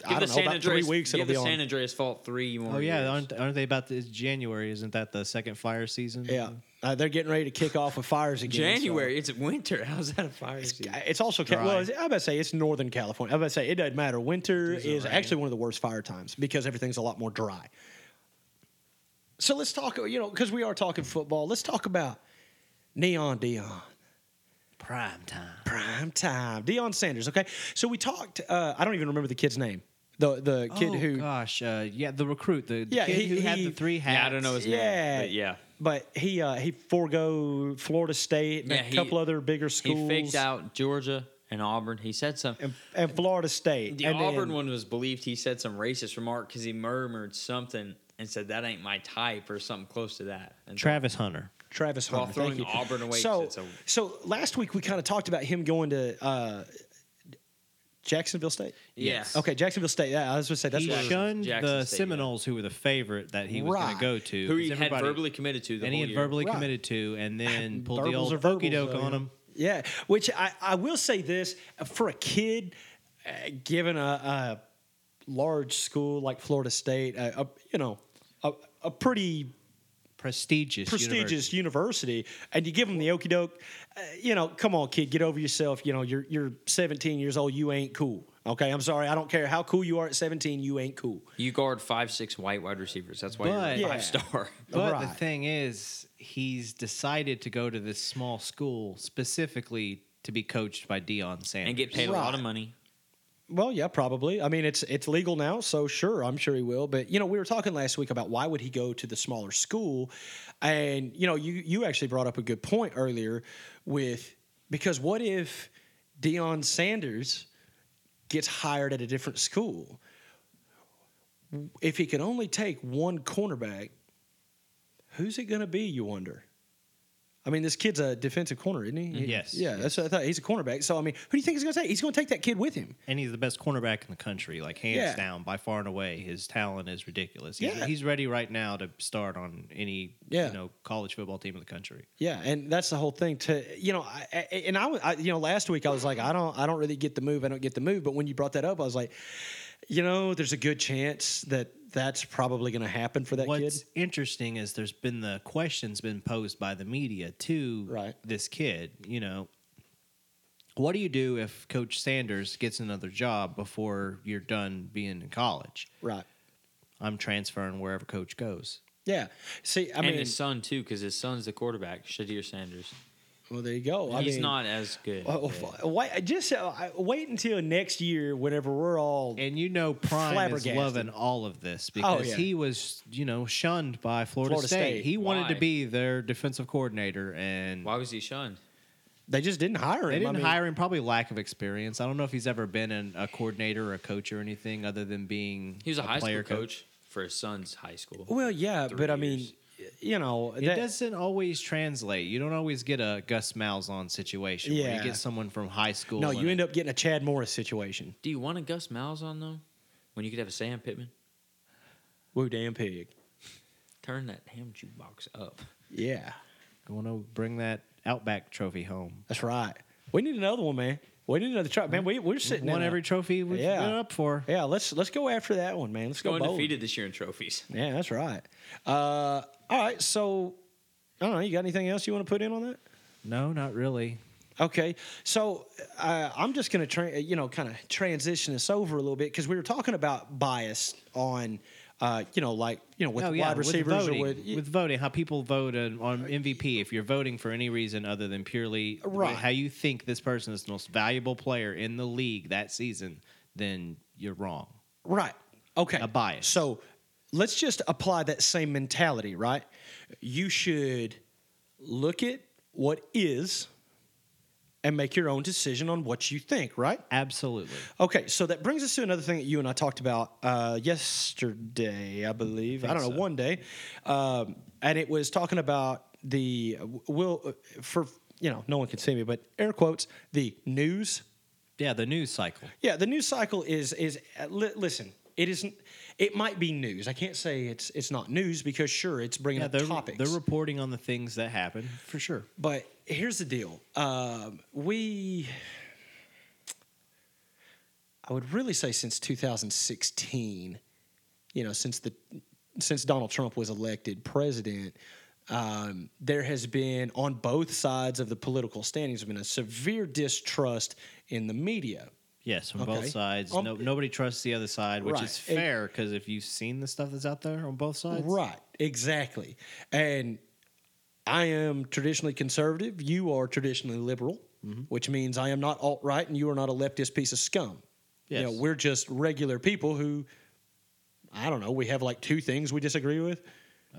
Speaker 1: I
Speaker 3: Give the
Speaker 1: don't know
Speaker 3: San
Speaker 1: about
Speaker 3: Andreas,
Speaker 1: three weeks.
Speaker 3: give
Speaker 1: It'll be
Speaker 3: the
Speaker 1: on.
Speaker 3: San Andreas fault three more.
Speaker 2: Oh yeah,
Speaker 3: years.
Speaker 2: aren't, aren't they about to? It's January, isn't that the second fire season?
Speaker 1: yeah, uh, they're getting ready to kick off with fires again. so-
Speaker 3: January. It's winter. [laughs] How's that a fire season?
Speaker 1: It's also ca-
Speaker 2: Dry.
Speaker 1: well. it's- I'm about to say it's Northern California. I'm about to say it doesn't matter. Winter
Speaker 2: Doesn't
Speaker 1: is
Speaker 2: rain.
Speaker 1: actually one of the worst fire times because everything's a lot more dry. So let's talk. You know, because we are talking football. Let's talk about Neon Dion.
Speaker 2: prime time.
Speaker 1: Prime time. Dion Sanders. Okay. So we talked. Uh, I don't even remember the kid's name. The the kid
Speaker 2: oh,
Speaker 1: who.
Speaker 2: Gosh, uh, yeah, the recruit, the, the
Speaker 1: Yeah,
Speaker 2: kid
Speaker 1: he-
Speaker 2: who had
Speaker 1: he-
Speaker 2: the three hats.
Speaker 3: yeah, I don't know his
Speaker 1: Yeah.
Speaker 3: name. But yeah.
Speaker 1: But he uh, he forego Florida State and
Speaker 3: Yeah,
Speaker 1: a
Speaker 3: he-
Speaker 1: couple other bigger schools.
Speaker 3: He faked out Georgia and Auburn. He said something.
Speaker 1: And, and Florida State.
Speaker 3: The
Speaker 1: and
Speaker 3: Auburn
Speaker 1: then-
Speaker 3: one was believed he said some racist remark because he murmured something and said that ain't my type or something close to that. And
Speaker 2: Travis Hunter.
Speaker 1: Travis
Speaker 3: While
Speaker 1: Hunter. thank you.
Speaker 3: throwing Auburn away,
Speaker 1: So,
Speaker 3: it's a-
Speaker 1: so last week we kind of talked about him going to uh, Jacksonville State.
Speaker 3: Yes.
Speaker 1: Okay, Jacksonville State. Yeah, I was going to say that's
Speaker 2: he
Speaker 1: what I was-
Speaker 2: shunned
Speaker 3: Jackson
Speaker 2: the
Speaker 3: State, yeah.
Speaker 2: Seminoles, who were the favorite that he was going
Speaker 1: Right.
Speaker 2: to go to.
Speaker 3: Who he
Speaker 2: 'cause
Speaker 3: had
Speaker 2: everybody-
Speaker 3: verbally committed to the
Speaker 2: and he
Speaker 3: whole
Speaker 2: had
Speaker 3: year.
Speaker 2: verbally
Speaker 1: Right.
Speaker 2: committed to, and then
Speaker 1: [laughs]
Speaker 2: pulled
Speaker 1: Verbals
Speaker 2: the old
Speaker 1: are verbals,
Speaker 2: okey doke
Speaker 1: though,
Speaker 2: on
Speaker 1: yeah.
Speaker 2: him.
Speaker 1: Yeah, which I, I will say this for a kid uh, given a, a large school like Florida State, a, a you know a, a pretty
Speaker 2: Prestigious,
Speaker 1: prestigious university. and you give them the okey doke, uh, you know, come on, kid, get over yourself. You know, you're you're 17 years old, you ain't cool. Okay, I'm sorry, I don't care how cool you are at 17, you ain't cool.
Speaker 3: You guard five six white wide receivers. That's why
Speaker 2: But-
Speaker 3: you're
Speaker 1: Yeah.
Speaker 3: a five star. [laughs]
Speaker 2: But the
Speaker 1: Right.
Speaker 2: thing is, he's decided to go to this small school specifically to be coached by Dion Sanders
Speaker 3: and get paid a lot of
Speaker 1: Right.
Speaker 3: money.
Speaker 1: Well, yeah, probably. I mean, it's it's legal now, so sure, I'm sure he will. But you know, we were talking last week about why would he go to the smaller school, and you know, you you actually brought up a good point earlier with because what if Deion Sanders gets hired at a different school? If he can only take one cornerback, who's it going to be? You wonder. I mean, this kid's a defensive corner, isn't he? He-
Speaker 2: Yes.
Speaker 1: Yeah, that's what I thought. He's a cornerback. So, I mean, who do you think he's going to take? He's going to take that kid with him.
Speaker 2: and he's the best cornerback in the country, like hands
Speaker 1: Yeah.
Speaker 2: down, by far and away. His talent is ridiculous. He's,
Speaker 1: Yeah.
Speaker 2: he's ready right now to start on any
Speaker 1: Yeah.
Speaker 2: you know college football team in the country.
Speaker 1: Yeah, and that's the whole thing. To you know, I, I, and I, was- I, you know, last week I was like, I don't, I don't really get the move. I don't get the move. But when you brought that up, I was like, you know, there's a good chance that that's probably going to happen for that
Speaker 2: What's
Speaker 1: kid.
Speaker 2: interesting is there's been the questions been posed by the media to
Speaker 1: Right.
Speaker 2: this kid. You know, what do you do if Coach Sanders gets another job before you're done being in college?
Speaker 1: Right.
Speaker 2: I'm transferring wherever Coach goes.
Speaker 1: Yeah. See, I
Speaker 3: and
Speaker 1: mean,
Speaker 3: his son too, because his son's the quarterback, Shadir Sanders.
Speaker 1: well, there you go. I
Speaker 3: He's
Speaker 1: mean,
Speaker 3: not as good.
Speaker 1: Oh, f- wait, just uh, I- wait until next year, whenever we're all.
Speaker 2: And you know, Prime is
Speaker 1: Flabbergasted. Oh,
Speaker 2: loving all of this because
Speaker 1: yeah.
Speaker 2: he was, you know, shunned by Florida,
Speaker 1: Florida
Speaker 2: State.
Speaker 1: State.
Speaker 2: He wanted
Speaker 3: Why?
Speaker 2: to be their defensive coordinator, and
Speaker 3: Why was he shunned?
Speaker 1: They just didn't hire him.
Speaker 2: they
Speaker 1: I
Speaker 2: didn't
Speaker 1: mean,
Speaker 2: hire him. Probably lack of experience. I don't know if he's ever been an, a coordinator or a coach or anything other than being.
Speaker 3: He was a, high school
Speaker 2: player
Speaker 3: coach for his son's high school.
Speaker 1: Well, yeah,
Speaker 3: Three
Speaker 1: but I mean,
Speaker 3: years.
Speaker 1: you know,
Speaker 2: It
Speaker 1: that-
Speaker 2: doesn't always translate. You don't always get a Gus Malzahn situation where
Speaker 1: Yeah.
Speaker 2: you get someone from high school.
Speaker 1: no,
Speaker 2: and-
Speaker 1: you end up getting a Chad Morris situation.
Speaker 3: Do you want a Gus Malzahn though? When you could have a Sam Pittman,
Speaker 1: Woo, damn pig.
Speaker 3: turn that damn jukebox up.
Speaker 1: Yeah,
Speaker 2: want to bring that Outback trophy home.
Speaker 1: that's right. We need another one, man. We need another try, man. We we're sitting
Speaker 2: Won
Speaker 1: in a-
Speaker 2: every trophy we've
Speaker 1: Yeah.
Speaker 2: been up for.
Speaker 1: Yeah, let's let's go after that one, man. Let's go
Speaker 3: Go
Speaker 1: bowling.
Speaker 3: undefeated this year in trophies.
Speaker 1: Yeah, that's right. Uh, all right, so I don't know. You got anything else you want to put in on that?
Speaker 2: No, not really.
Speaker 1: Okay, so uh, I'm just going to, tra- you know, kind of transition this over a little bit because we were talking about bias on, uh, you know, like you know, with
Speaker 2: oh, yeah,
Speaker 1: wide receivers
Speaker 2: voting,
Speaker 1: or with,
Speaker 2: with voting, how people vote on, on MVP. If you're voting for any reason other than purely the way-
Speaker 1: Right.
Speaker 2: how you think this person is the most valuable player in the league that season, then you're wrong.
Speaker 1: Right. Okay.
Speaker 2: A bias.
Speaker 1: So let's just apply that same mentality, right? You should look at what is and make your own decision on what you think, right?
Speaker 2: Absolutely.
Speaker 1: Okay, so that brings us to another thing that you and I talked about uh, yesterday, I believe. I,
Speaker 2: think
Speaker 1: don't know,
Speaker 2: so.
Speaker 1: one day, um, and it was talking about the will uh, for you know no one can see me, but air quotes the news
Speaker 2: Yeah, the news cycle.
Speaker 1: yeah, the news cycle is is uh, li- listen. It isn't. It might be news. I can't say it's it's not news because sure, it's bringing
Speaker 2: Yeah,
Speaker 1: up
Speaker 2: they're,
Speaker 1: topics.
Speaker 2: they're reporting on the things that happen for sure.
Speaker 1: but here's the deal. Um, we, I would really say since 2016, you know, since the since Donald Trump was elected president, um, there has been on both sides of the political standings has been a severe distrust in the media.
Speaker 2: Yes, from
Speaker 1: Okay.
Speaker 2: both sides.
Speaker 1: Um,
Speaker 2: no, nobody trusts the other side, which
Speaker 1: right.
Speaker 2: is fair because if you've seen the stuff that's out there on both sides,
Speaker 1: Right, exactly. And I am traditionally conservative. You are traditionally liberal,
Speaker 2: Mm-hmm.
Speaker 1: which means I am not alt right and you are not a leftist piece of scum. You know,
Speaker 2: Yes.
Speaker 1: we're just regular people who, I don't know, we have like two things we disagree with.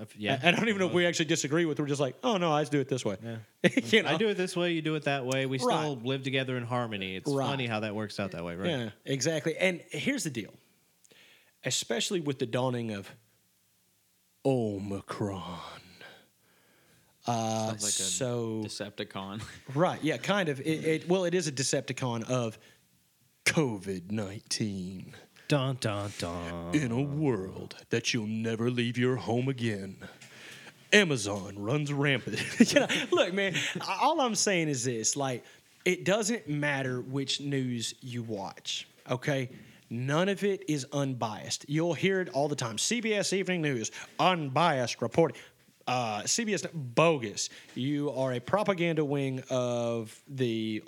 Speaker 2: If- uh, yeah,
Speaker 1: I, I don't even know if we actually disagree with. We're just like, oh no, I just do it this way.
Speaker 2: Yeah.
Speaker 1: [laughs] you know?
Speaker 2: I do it this way, you do it that way. We still
Speaker 1: Right.
Speaker 2: live together in harmony. It's
Speaker 1: Right.
Speaker 2: funny how that works out that way, right?
Speaker 1: Yeah, exactly. And here's the deal, especially with the dawning of Omicron. Uh,
Speaker 3: Sounds like a
Speaker 1: so
Speaker 3: Decepticon. [laughs]
Speaker 1: Right. Yeah. Kind of. It, it well, it is a Decepticon of COVID nineteen
Speaker 2: Dun dun dun.
Speaker 1: in a world that you'll never leave your home again. Amazon runs [laughs] rampant. You know, look, man. All I'm saying is this: like, it doesn't matter which news you watch. Okay. None of it is unbiased. You'll hear it all the time. CBS Evening News, unbiased reporting. Uh, CBS, bogus. You are a propaganda wing of the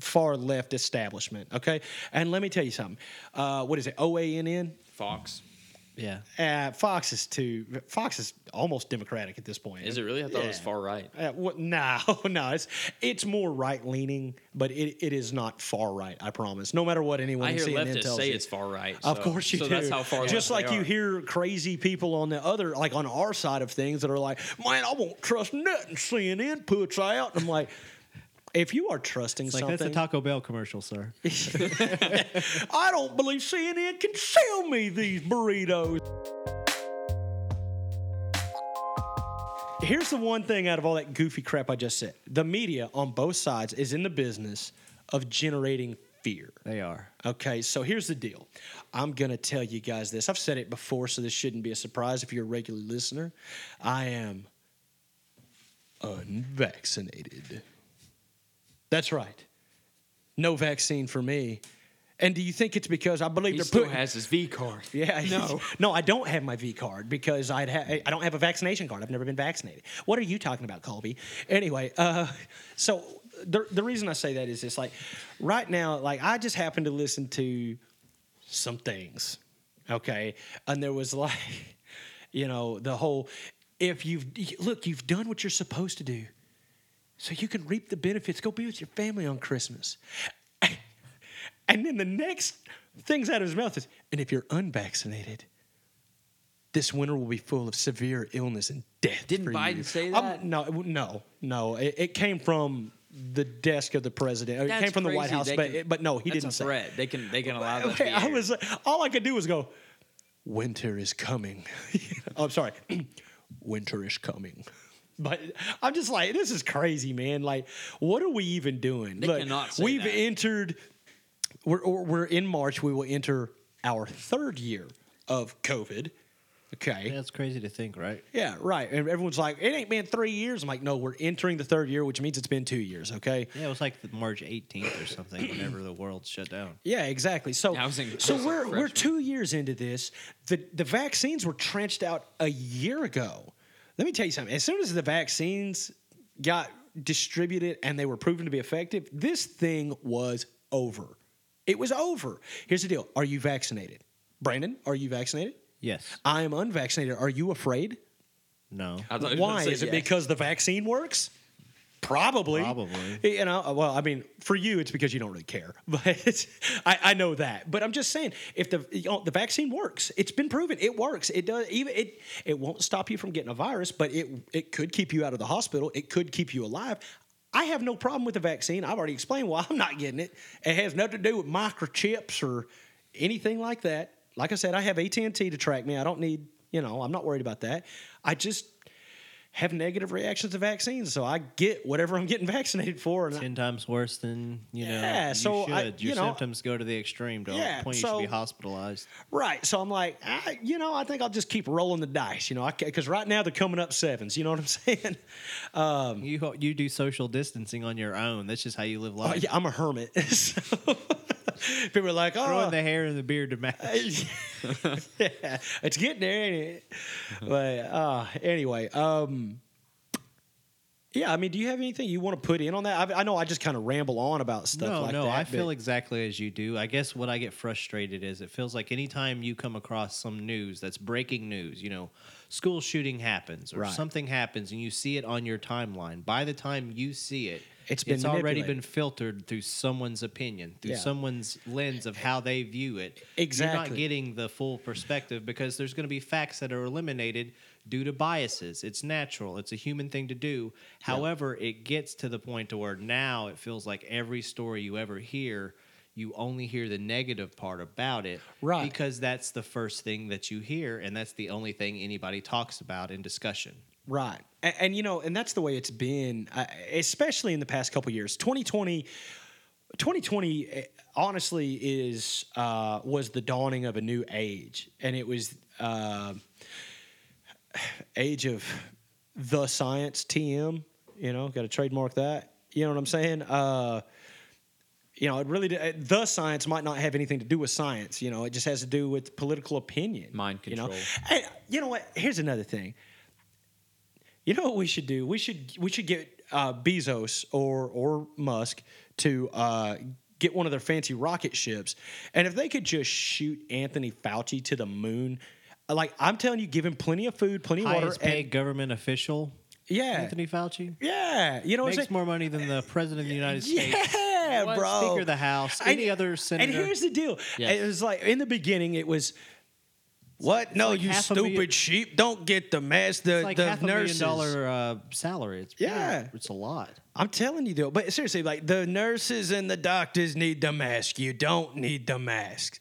Speaker 1: far left establishment. Okay. And let me tell you something. Uh, what is it? OANN?
Speaker 3: Fox.
Speaker 1: [laughs]
Speaker 2: Yeah.
Speaker 1: Uh, Fox is too. Fox is almost democratic at this point.
Speaker 3: Is it really? I thought it was
Speaker 1: Yeah.
Speaker 3: far right.
Speaker 1: Uh, what, [laughs] no, no, it's it's more right leaning, but it, it is not far right. I promise. No matter what anyone
Speaker 3: I
Speaker 1: in
Speaker 3: hear
Speaker 1: CNN
Speaker 3: leftists
Speaker 1: tells
Speaker 3: say
Speaker 1: you.
Speaker 3: it's far right.
Speaker 1: Of
Speaker 3: so-
Speaker 1: course you
Speaker 3: so
Speaker 1: do.
Speaker 3: that's how far.
Speaker 1: Just
Speaker 3: left
Speaker 1: like
Speaker 3: they
Speaker 1: you
Speaker 3: are.
Speaker 1: hear crazy people on the other, like on our side of things, that are like, "Man, I won't trust nothing CNN puts out." And I'm like, if you are trusting
Speaker 2: It's like
Speaker 1: something,
Speaker 2: that's a Taco Bell commercial, sir.
Speaker 1: I don't believe CNN can sell me these burritos. Here's the one thing out of all that goofy crap I just said the media on both sides is in the business of generating fear.
Speaker 2: they are.
Speaker 1: Okay, so here's the deal. I'm going to tell you guys this. I've said it before, so this shouldn't be a surprise if you're a regular listener. I am unvaccinated. That's right. No vaccine for me. And do you think it's because I believe
Speaker 3: He
Speaker 1: they're
Speaker 3: still
Speaker 1: putting
Speaker 3: has his V card.
Speaker 1: [laughs] yeah,
Speaker 3: No.
Speaker 1: no, I don't have my V card because I'd ha- I don't have a vaccination card. I've never been vaccinated. What are you talking about, Colby? Anyway, uh, so the the reason I say that is it's like right now, like I just happened to listen to some things, okay, and there was [laughs] like, you know, the whole if you've look, you've done what you're supposed to do, so you can reap the benefits. Go be with your family on Christmas. [laughs] And then the next things out of his mouth is, and if you're unvaccinated, this winter will be full of severe illness and death.
Speaker 3: Didn't
Speaker 1: for
Speaker 3: Biden
Speaker 1: you."
Speaker 3: say
Speaker 1: I'm-
Speaker 3: that?
Speaker 1: no, it w- no, no. It, it came from the desk of the president. It
Speaker 3: That's
Speaker 1: came from the White
Speaker 3: crazy.
Speaker 1: House,
Speaker 3: They
Speaker 1: but
Speaker 3: can-
Speaker 1: it- but no, he
Speaker 3: That's
Speaker 1: didn't
Speaker 3: a
Speaker 1: say.
Speaker 3: threat. They can. They can
Speaker 1: [laughs]
Speaker 3: allow that. to
Speaker 1: Okay,
Speaker 3: be
Speaker 1: I [laughs]
Speaker 3: aired.
Speaker 1: was all I could do was go. Winter is coming. I'm Oh, sorry. [clears throat] winter is coming. [laughs] But I'm just like, this is crazy, man. Like, what are we even doing?
Speaker 3: They
Speaker 1: Look,
Speaker 3: cannot say
Speaker 1: we've
Speaker 3: that.
Speaker 1: entered. We're or we're in March. We will enter our third year of COVID. Okay.
Speaker 2: Yeah, it's crazy to think, right?
Speaker 1: Yeah, right. And everyone's like, it ain't been three years. I'm like, no, we're entering the third year, which means it's been two years. Okay.
Speaker 2: Yeah, it was like the March 18th or something, whenever the world shut down.
Speaker 1: Yeah, exactly. So,
Speaker 3: I was in- I
Speaker 1: so
Speaker 3: was a
Speaker 1: we're we're
Speaker 3: freshman.
Speaker 1: two years into this. The the vaccines were trenched out a year ago. Let me tell you something. As soon as the vaccines got distributed and they were proven to be effective, this thing was over. It was over. Here's the deal. Are you vaccinated? Brandon, are you vaccinated?
Speaker 2: Yes.
Speaker 1: I am unvaccinated. Are you afraid?
Speaker 2: No.
Speaker 3: I thought you were
Speaker 1: Why?
Speaker 3: gonna say
Speaker 1: Is it
Speaker 3: yes.
Speaker 1: because the vaccine works? Probably.
Speaker 2: Probably.
Speaker 1: You know, well, I mean, for you, it's because you don't really care, [laughs] but I, I know that. But I'm just saying, if the you know, the vaccine works, it's been proven it works. It does. Even it it won't stop you from getting a virus, but it it could keep you out of the hospital. It could keep you alive. I have no problem with the vaccine. I've already explained why [laughs] I'm not getting it. It has nothing to do with microchips or anything like that. Like I said, I have AT and T to track me. I don't need. You know, I'm not worried about that. I just have negative reactions to vaccines, so I get whatever I'm getting [laughs] vaccinated for. And I-
Speaker 2: 10 times worse than, you know,
Speaker 1: Yeah,
Speaker 2: you
Speaker 1: so
Speaker 2: should.
Speaker 1: I- you
Speaker 2: Your
Speaker 1: know-
Speaker 2: symptoms go to the extreme, don't
Speaker 1: Yeah,
Speaker 2: point
Speaker 1: so-
Speaker 2: you should be hospitalized.
Speaker 1: right, so I'm like, I, you know, I think I'll just keep rolling the dice, you know, because right now they're coming up sevens. You know what I'm [laughs] saying? um,
Speaker 2: You you do social distancing on your own. That's just how you live life.
Speaker 1: Oh, yeah, I'm a hermit. [laughs] so people are like, oh,
Speaker 2: Growing the hair and the beard to match.
Speaker 1: [laughs] yeah, it's getting there, ain't it? But uh, anyway, um, yeah, I mean, do you have anything you want to put in on that? I, I know I just kind of ramble on about stuff
Speaker 2: no,
Speaker 1: like
Speaker 2: no,
Speaker 1: that.
Speaker 2: I
Speaker 1: but-
Speaker 2: feel exactly as you do. I guess what I get frustrated is it feels like anytime you come across some news that's breaking news, you know, school shooting happens or
Speaker 1: Right.
Speaker 2: something happens and you see it on your timeline. By the time you see it,
Speaker 1: It's been
Speaker 2: already
Speaker 1: manipulated.
Speaker 2: been filtered through someone's opinion, through
Speaker 1: Yeah.
Speaker 2: someone's lens of how they view it. You're
Speaker 1: Exactly.
Speaker 2: not getting the full perspective because there's going to be facts that are eliminated due to biases. It's natural. It's a human thing to do. However, it gets to the point to where now it feels like every story you ever hear, you only hear the negative part about it.
Speaker 1: Right.
Speaker 2: Because that's the first thing that you hear and that's the only thing anybody talks about in discussion.
Speaker 1: Right. And, and you know, and that's the way it's been, uh, especially in the past couple years. 2020, 2020 eh, honestly is uh, was the dawning of a new age, and it was uh, [sighs] age of the science TM. You know, got to trademark that. You know what I'm saying? Uh, you know, it really d- eh, the science might not have anything to do with science. You know, it just has to do with political opinion.
Speaker 3: Mind
Speaker 1: You know,
Speaker 3: control.
Speaker 1: Hey, you know what? Here's another thing. You know what we should do? We should we should get uh, Bezos or or Musk to uh, get one of their fancy rocket ships, and if they could just shoot Anthony Fauci to the moon, like I'm telling you, give him plenty of food, plenty of water,
Speaker 2: Highest paid
Speaker 1: and
Speaker 2: government official,
Speaker 1: yeah,
Speaker 2: Anthony Fauci.
Speaker 1: yeah, you know what I'm
Speaker 2: Makes
Speaker 1: saying?
Speaker 2: more money than the
Speaker 1: [laughs]
Speaker 2: president of the United States.
Speaker 1: Yeah,
Speaker 2: One
Speaker 1: bro.
Speaker 2: Speaker of the House, any
Speaker 1: And-
Speaker 2: other senator.
Speaker 1: And here's the deal.
Speaker 2: Yes.
Speaker 1: It was like in the beginning, it was. What? no,
Speaker 2: like
Speaker 1: you
Speaker 2: half a
Speaker 1: stupid
Speaker 2: million-
Speaker 1: sheep! Don't get the mess. The
Speaker 2: like
Speaker 1: the
Speaker 2: half
Speaker 1: nurses.
Speaker 2: a million dollar uh, salary. It's pretty-
Speaker 1: Yeah.
Speaker 2: it's a lot.
Speaker 1: I'm telling you though, but seriously, like the nurses and the doctors need the mask. You don't need the mask.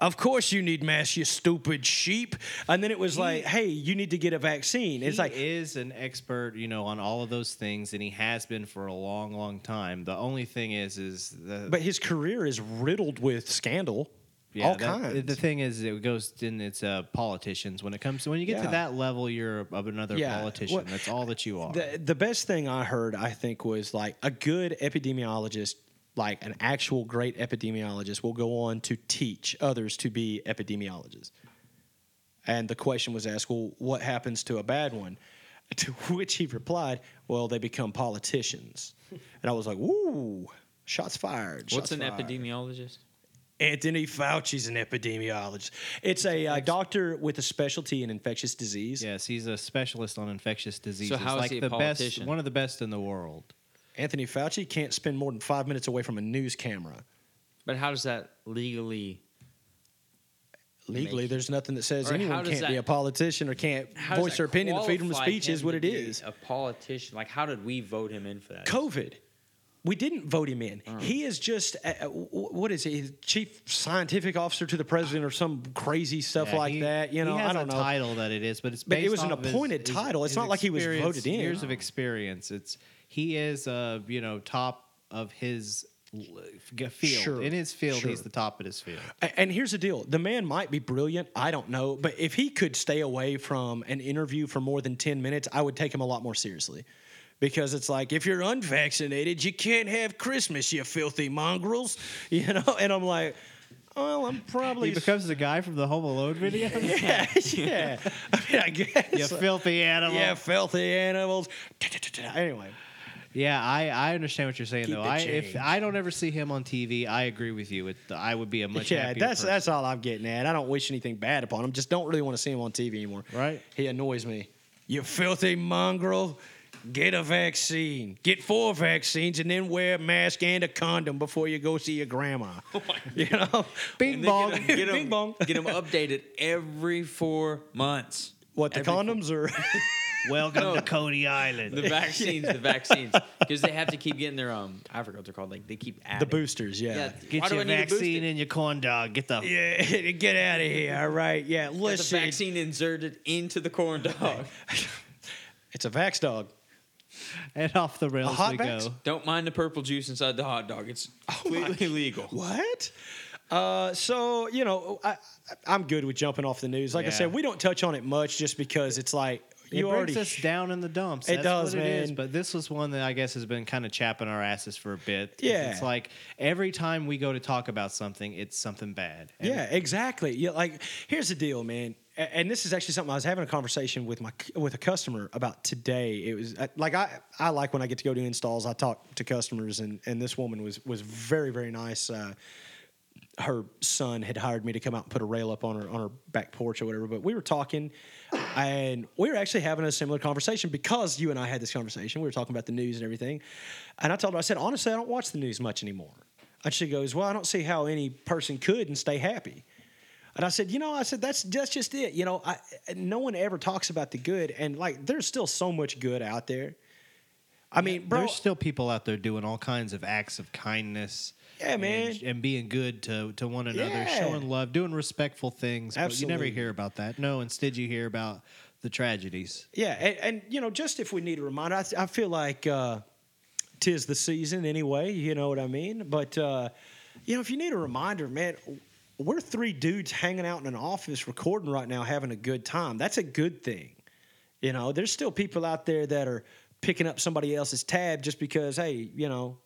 Speaker 1: Of course you need masks, you stupid sheep. And then it was like, hey, you need to get a vaccine. It's
Speaker 2: he
Speaker 1: like,
Speaker 2: is an expert, you know, on all of those things, and he has been for a long, long time. The only thing is, is the
Speaker 1: but his career is riddled with scandal,
Speaker 2: yeah,
Speaker 1: all
Speaker 2: that-
Speaker 1: kinds.
Speaker 2: The thing is, it goes in its uh, politicians. When it comes to when you get
Speaker 1: Yeah.
Speaker 2: to that level, you're of another
Speaker 1: Yeah,
Speaker 2: politician.
Speaker 1: well,
Speaker 2: That's
Speaker 1: [laughs]
Speaker 2: all that you are.
Speaker 1: The the best thing I heard, I think, was like a good epidemiologist, like an actual great epidemiologist, will go on to teach others to be epidemiologists. And the question was asked, well, what happens to a bad one? [laughs] To which he replied, well, they become politicians. And I was like, woo, shots fired.
Speaker 3: What's
Speaker 1: shots
Speaker 3: an
Speaker 1: fired.
Speaker 3: epidemiologist?
Speaker 1: Anthony Fauci's an epidemiologist. It's a uh, doctor with a specialty in infectious disease.
Speaker 2: yes, he's a specialist on infectious diseases.
Speaker 3: how is
Speaker 2: like
Speaker 3: he a
Speaker 2: the best,
Speaker 3: politician?
Speaker 2: one of the best in the world.
Speaker 1: Anthony Fauci can't spend more than five minutes away from a news camera.
Speaker 3: But how does that legally?
Speaker 1: legally
Speaker 3: make-
Speaker 1: there's nothing that says
Speaker 3: Or
Speaker 1: anyone
Speaker 3: how does
Speaker 1: can't be
Speaker 3: that-
Speaker 1: a politician or can't
Speaker 3: how does
Speaker 1: voice
Speaker 3: that
Speaker 1: their opinion the freedom of
Speaker 3: qualify
Speaker 1: speech is
Speaker 3: him
Speaker 1: what
Speaker 3: to
Speaker 1: it
Speaker 3: be
Speaker 1: is
Speaker 3: A politician, Mm. like how did we vote him in for that?
Speaker 1: covid We didn't vote him in. He is just uh, uh, wh- what is he? He's Chief scientific officer to the president, or some crazy stuff
Speaker 2: Yeah,
Speaker 1: like
Speaker 2: he-
Speaker 1: that. You know,
Speaker 2: he has
Speaker 1: I don't
Speaker 2: a
Speaker 1: know.
Speaker 2: title that it is, but it's
Speaker 1: But it
Speaker 2: based
Speaker 1: was an
Speaker 2: off his-
Speaker 1: appointed
Speaker 2: his-
Speaker 1: title. It's
Speaker 2: his
Speaker 1: not like he was
Speaker 2: experience-
Speaker 1: voted in.
Speaker 2: Years of experience. It's he is uh you know top of his l- g- field.
Speaker 1: Sure,
Speaker 2: In his field,
Speaker 1: sure.
Speaker 2: he's the top of his field.
Speaker 1: A- And here's the deal: the man might be brilliant. I don't know, but if he could stay away from an interview for more than ten minutes, I would take him a lot more seriously. Because it's like if you're unvaccinated, you can't have Christmas, you filthy mongrels, [laughs] you know. And I'm like, well, I'm probably
Speaker 2: He becomes the guy from the Home Alone video.
Speaker 1: yeah, [laughs] yeah. I mean, I guess
Speaker 2: [laughs] you filthy animal.
Speaker 1: yeah, filthy animals. Anyway,
Speaker 2: Yeah, I, I understand what you're saying
Speaker 1: Keep
Speaker 2: though.
Speaker 1: the
Speaker 2: I if
Speaker 1: change.
Speaker 2: I don't ever see him on TV, I agree with you. It, I would be a much
Speaker 1: yeah,
Speaker 2: happier
Speaker 1: that's
Speaker 2: person.
Speaker 1: that's all I'm getting at. I don't wish anything bad upon him. Just don't really want to see him on TV anymore.
Speaker 2: Right.
Speaker 1: He annoys me. You filthy mongrel. Get a vaccine. Get four vaccines and then wear a mask and a condom before you go see your grandma.
Speaker 3: [laughs]
Speaker 1: you know?
Speaker 2: Bing
Speaker 3: Oh
Speaker 2: bong.
Speaker 3: And they Get 'em- get
Speaker 1: [laughs]
Speaker 3: 'em-
Speaker 1: Bing bong.
Speaker 3: Get them updated every four months.
Speaker 1: What, the
Speaker 3: Every-
Speaker 1: condoms or [laughs]
Speaker 2: Welcome
Speaker 3: No.
Speaker 2: to Coney Island.
Speaker 3: [laughs] The vaccines, the vaccines, because they have to keep getting their um. I forgot what they're called. Like they keep adding
Speaker 1: the boosters? Yeah.
Speaker 3: why
Speaker 2: Get
Speaker 3: do I
Speaker 2: your
Speaker 3: need a booster?
Speaker 2: vaccine and your corn dog. Get the
Speaker 1: Yeah, [laughs] get out of here. All right. Yeah,
Speaker 3: There's a
Speaker 1: listen.
Speaker 3: vaccine inserted into the corn dog.
Speaker 1: [laughs] It's a vax dog.
Speaker 2: and off the rails
Speaker 1: hot
Speaker 2: we
Speaker 1: backs?
Speaker 2: go.
Speaker 3: Don't mind the purple juice inside the hot dog. It's
Speaker 1: Oh
Speaker 3: completely legal.
Speaker 1: What? Uh, so you know, I, I'm good with jumping off the news. Like I
Speaker 2: Yeah.
Speaker 1: said, we don't touch on it much just because it's like you
Speaker 2: it
Speaker 1: already.
Speaker 2: brings us down in the dumps.
Speaker 1: It
Speaker 2: That's
Speaker 1: does,
Speaker 2: what It is.
Speaker 1: man.
Speaker 2: But this was one that I guess has been kind of chapping our asses for a bit. 'cause
Speaker 1: Yeah.
Speaker 2: it's like every time we go to talk about something, it's something bad. And
Speaker 1: yeah, exactly. Yeah, like here's the deal, man. A- And this is actually something I was having a conversation with my cu- with a customer about today. It was uh, like I I like when I get to go to installs. I talk to customers, and and this woman was was very very nice. Uh, her son had hired me to come out and put a rail up on her on her back porch or whatever. But we were talking, and we were actually having a similar conversation because you and I had this conversation. We were talking about the news and everything, and I told her I said honestly I don't watch the news much anymore. And she goes, well I don't see how any person could and stay happy. And I said, you know, I said that's that's just it. You know, I, no one ever talks about the good, and like there's still so much good out there. I mean, bro,
Speaker 2: There's still people out there doing all kinds of acts of kindness.
Speaker 1: Yeah, man.
Speaker 2: And, and being good to, to one another,
Speaker 1: Yeah.
Speaker 2: showing love, doing respectful things. But you
Speaker 1: Absolutely.
Speaker 2: never hear about that. No, instead you hear about the tragedies.
Speaker 1: Yeah, and, and you know, just if we need a reminder, I, th- I feel like uh, tis the season anyway. You know what I mean? But uh, you know, if you need a reminder, man, we're three dudes hanging out in an office recording right now, having a good time. That's a good thing. You know, there's still people out there that are picking up somebody else's tab just because, hey, you know,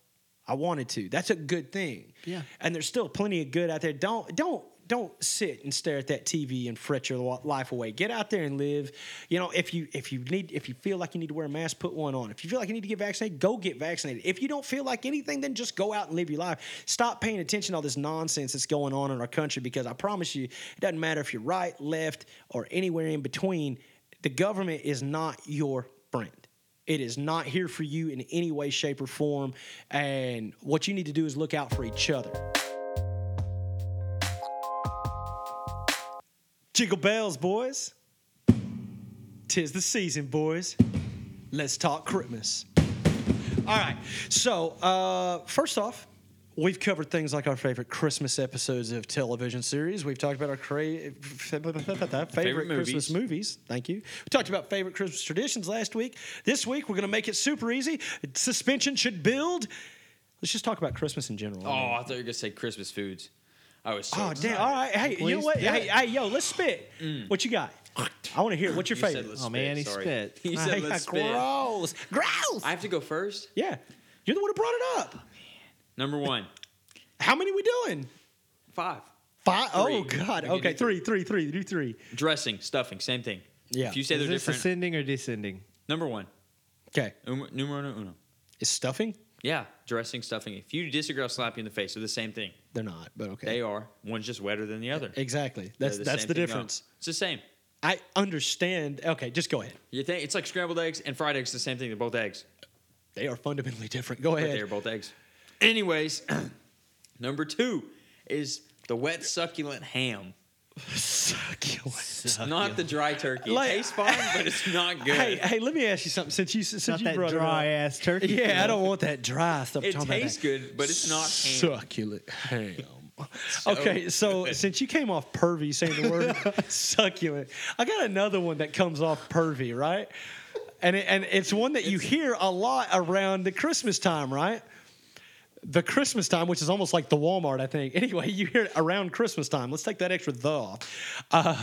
Speaker 1: I wanted to. That's a good thing.
Speaker 2: Yeah.
Speaker 1: And there's still plenty of good out there. Don't don't don't sit and stare at that TV and fret your lo- life away. Get out there and live. You know, if you if you need if you feel like you need to wear a mask, put one on. If you feel like you need to get vaccinated, go get vaccinated. If you don't feel like anything, then just go out and live your life. Stop paying attention to all this nonsense that's going on in our country because I promise you, it doesn't matter if you're right, left, or anywhere in between. The government is not your friend. It is not here for you in any way, shape, or form. And what you need to do is look out for each other. Jingle bells, boys. Tis the season, boys. Let's talk Christmas. All right. So, uh, first off, we've covered things like our favorite Christmas episodes of television series. We've talked about our cra- favorite, Christmas
Speaker 3: movies.
Speaker 1: movies. Thank you. We talked about favorite Christmas traditions last week. This week, we're going to make it super easy. Suspension should build. Let's just talk about Christmas in general.
Speaker 3: Oh, I thought you were gonna say Christmas foods. I was so
Speaker 1: Oh,
Speaker 3: excited.
Speaker 1: damn. All right. Hey, you know
Speaker 2: Please
Speaker 1: what?
Speaker 2: do
Speaker 1: Hey,
Speaker 2: it.
Speaker 1: hey, yo, let's spit. What you got? I want to hear. it. What's your
Speaker 3: You said
Speaker 1: favorite?
Speaker 3: let's
Speaker 2: Oh, man, he
Speaker 3: spit, sorry. [laughs]
Speaker 2: spit.
Speaker 3: He said let's spit.
Speaker 1: gross. Gross.
Speaker 3: I have to go first.
Speaker 1: yeah. You're the one who brought it up.
Speaker 3: Number one,
Speaker 1: How many we doing?
Speaker 3: five.
Speaker 1: Five. Oh,
Speaker 3: Three.
Speaker 1: God.
Speaker 3: We can
Speaker 1: Okay.
Speaker 3: do
Speaker 1: Three, three, three. Do three.
Speaker 3: Dressing, stuffing, same thing.
Speaker 1: Yeah.
Speaker 3: If you say
Speaker 2: Is
Speaker 3: they're
Speaker 2: this
Speaker 3: different,
Speaker 2: ascending or descending?
Speaker 3: number one,
Speaker 1: Okay.
Speaker 3: um, numero uno, uno.
Speaker 1: Is stuffing?
Speaker 3: Yeah, dressing, stuffing. If you disagree, I'll slap you in the face. They're the same thing.
Speaker 1: They're not, but okay.
Speaker 3: They are. One's just wetter than the other.
Speaker 1: Exactly.
Speaker 3: They're
Speaker 1: That's that's
Speaker 3: same
Speaker 1: the
Speaker 3: thing, no.
Speaker 1: difference.
Speaker 3: It's the same.
Speaker 1: I understand. Okay, just go ahead.
Speaker 3: You think it's like scrambled eggs and fried eggs. The same thing. They're both eggs.
Speaker 1: They are fundamentally different. Go
Speaker 3: But
Speaker 1: ahead.
Speaker 3: they're both eggs. [clears throat] Anyways, number two is the wet succulent ham.
Speaker 1: [laughs] Succulent.
Speaker 3: It's not the dry turkey.
Speaker 1: Like-
Speaker 3: it tastes fine,
Speaker 1: [laughs]
Speaker 3: but it's not good.
Speaker 1: Hey, hey, let me ask you something. Since you since
Speaker 2: Not
Speaker 1: you
Speaker 2: that
Speaker 1: brought it up.
Speaker 2: dry ass turkey.
Speaker 1: [laughs] Yeah, I don't want that dry stuff.
Speaker 3: it
Speaker 1: Talking about
Speaker 3: tastes
Speaker 1: that
Speaker 3: good, but it's not ham.
Speaker 1: succulent
Speaker 3: [laughs]
Speaker 1: ham. okay, so since you came off pervy saying the
Speaker 3: [laughs]
Speaker 1: word succulent, I got another one that comes off pervy, right? And it, and it's one that you hear a lot around the Christmas time, right? The Christmas time, which is almost like the Walmart, I think. [laughs] Anyway, you hear it around Christmas time. Let's take that extra the off. Uh,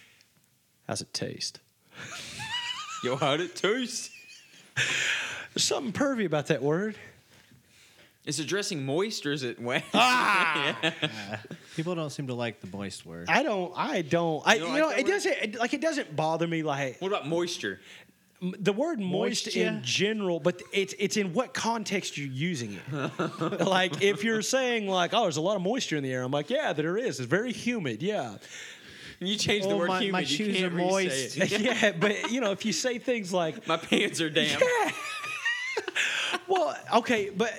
Speaker 1: [laughs] how's it taste?
Speaker 3: Yo, how'd it taste?
Speaker 1: There's something pervy about that word.
Speaker 3: Is the dressing moist or is it wet?
Speaker 1: [laughs]
Speaker 2: People don't seem to like the moist word.
Speaker 1: I don't. I don't. I you
Speaker 3: You
Speaker 1: know,
Speaker 3: don't like that
Speaker 1: it
Speaker 3: word?
Speaker 1: doesn't it- like it doesn't bother me like
Speaker 3: What about moisture?
Speaker 1: m- the word moist in
Speaker 2: Moisture?
Speaker 1: general, but it's it's in what context you're using
Speaker 3: [laughs]
Speaker 1: it. like if you're saying like oh there's a lot of moisture in the air, I'm like yeah there is. It's very humid.
Speaker 3: [laughs]
Speaker 1: Yeah,
Speaker 3: You changed the
Speaker 2: Oh,
Speaker 3: word
Speaker 2: my-
Speaker 3: humid.
Speaker 2: my
Speaker 3: you
Speaker 2: shoes
Speaker 3: can't
Speaker 2: are
Speaker 3: re-say
Speaker 2: moist.
Speaker 1: [laughs]
Speaker 3: it.
Speaker 1: yeah. But you know if you say things like
Speaker 3: My pants are damp.
Speaker 1: well okay but.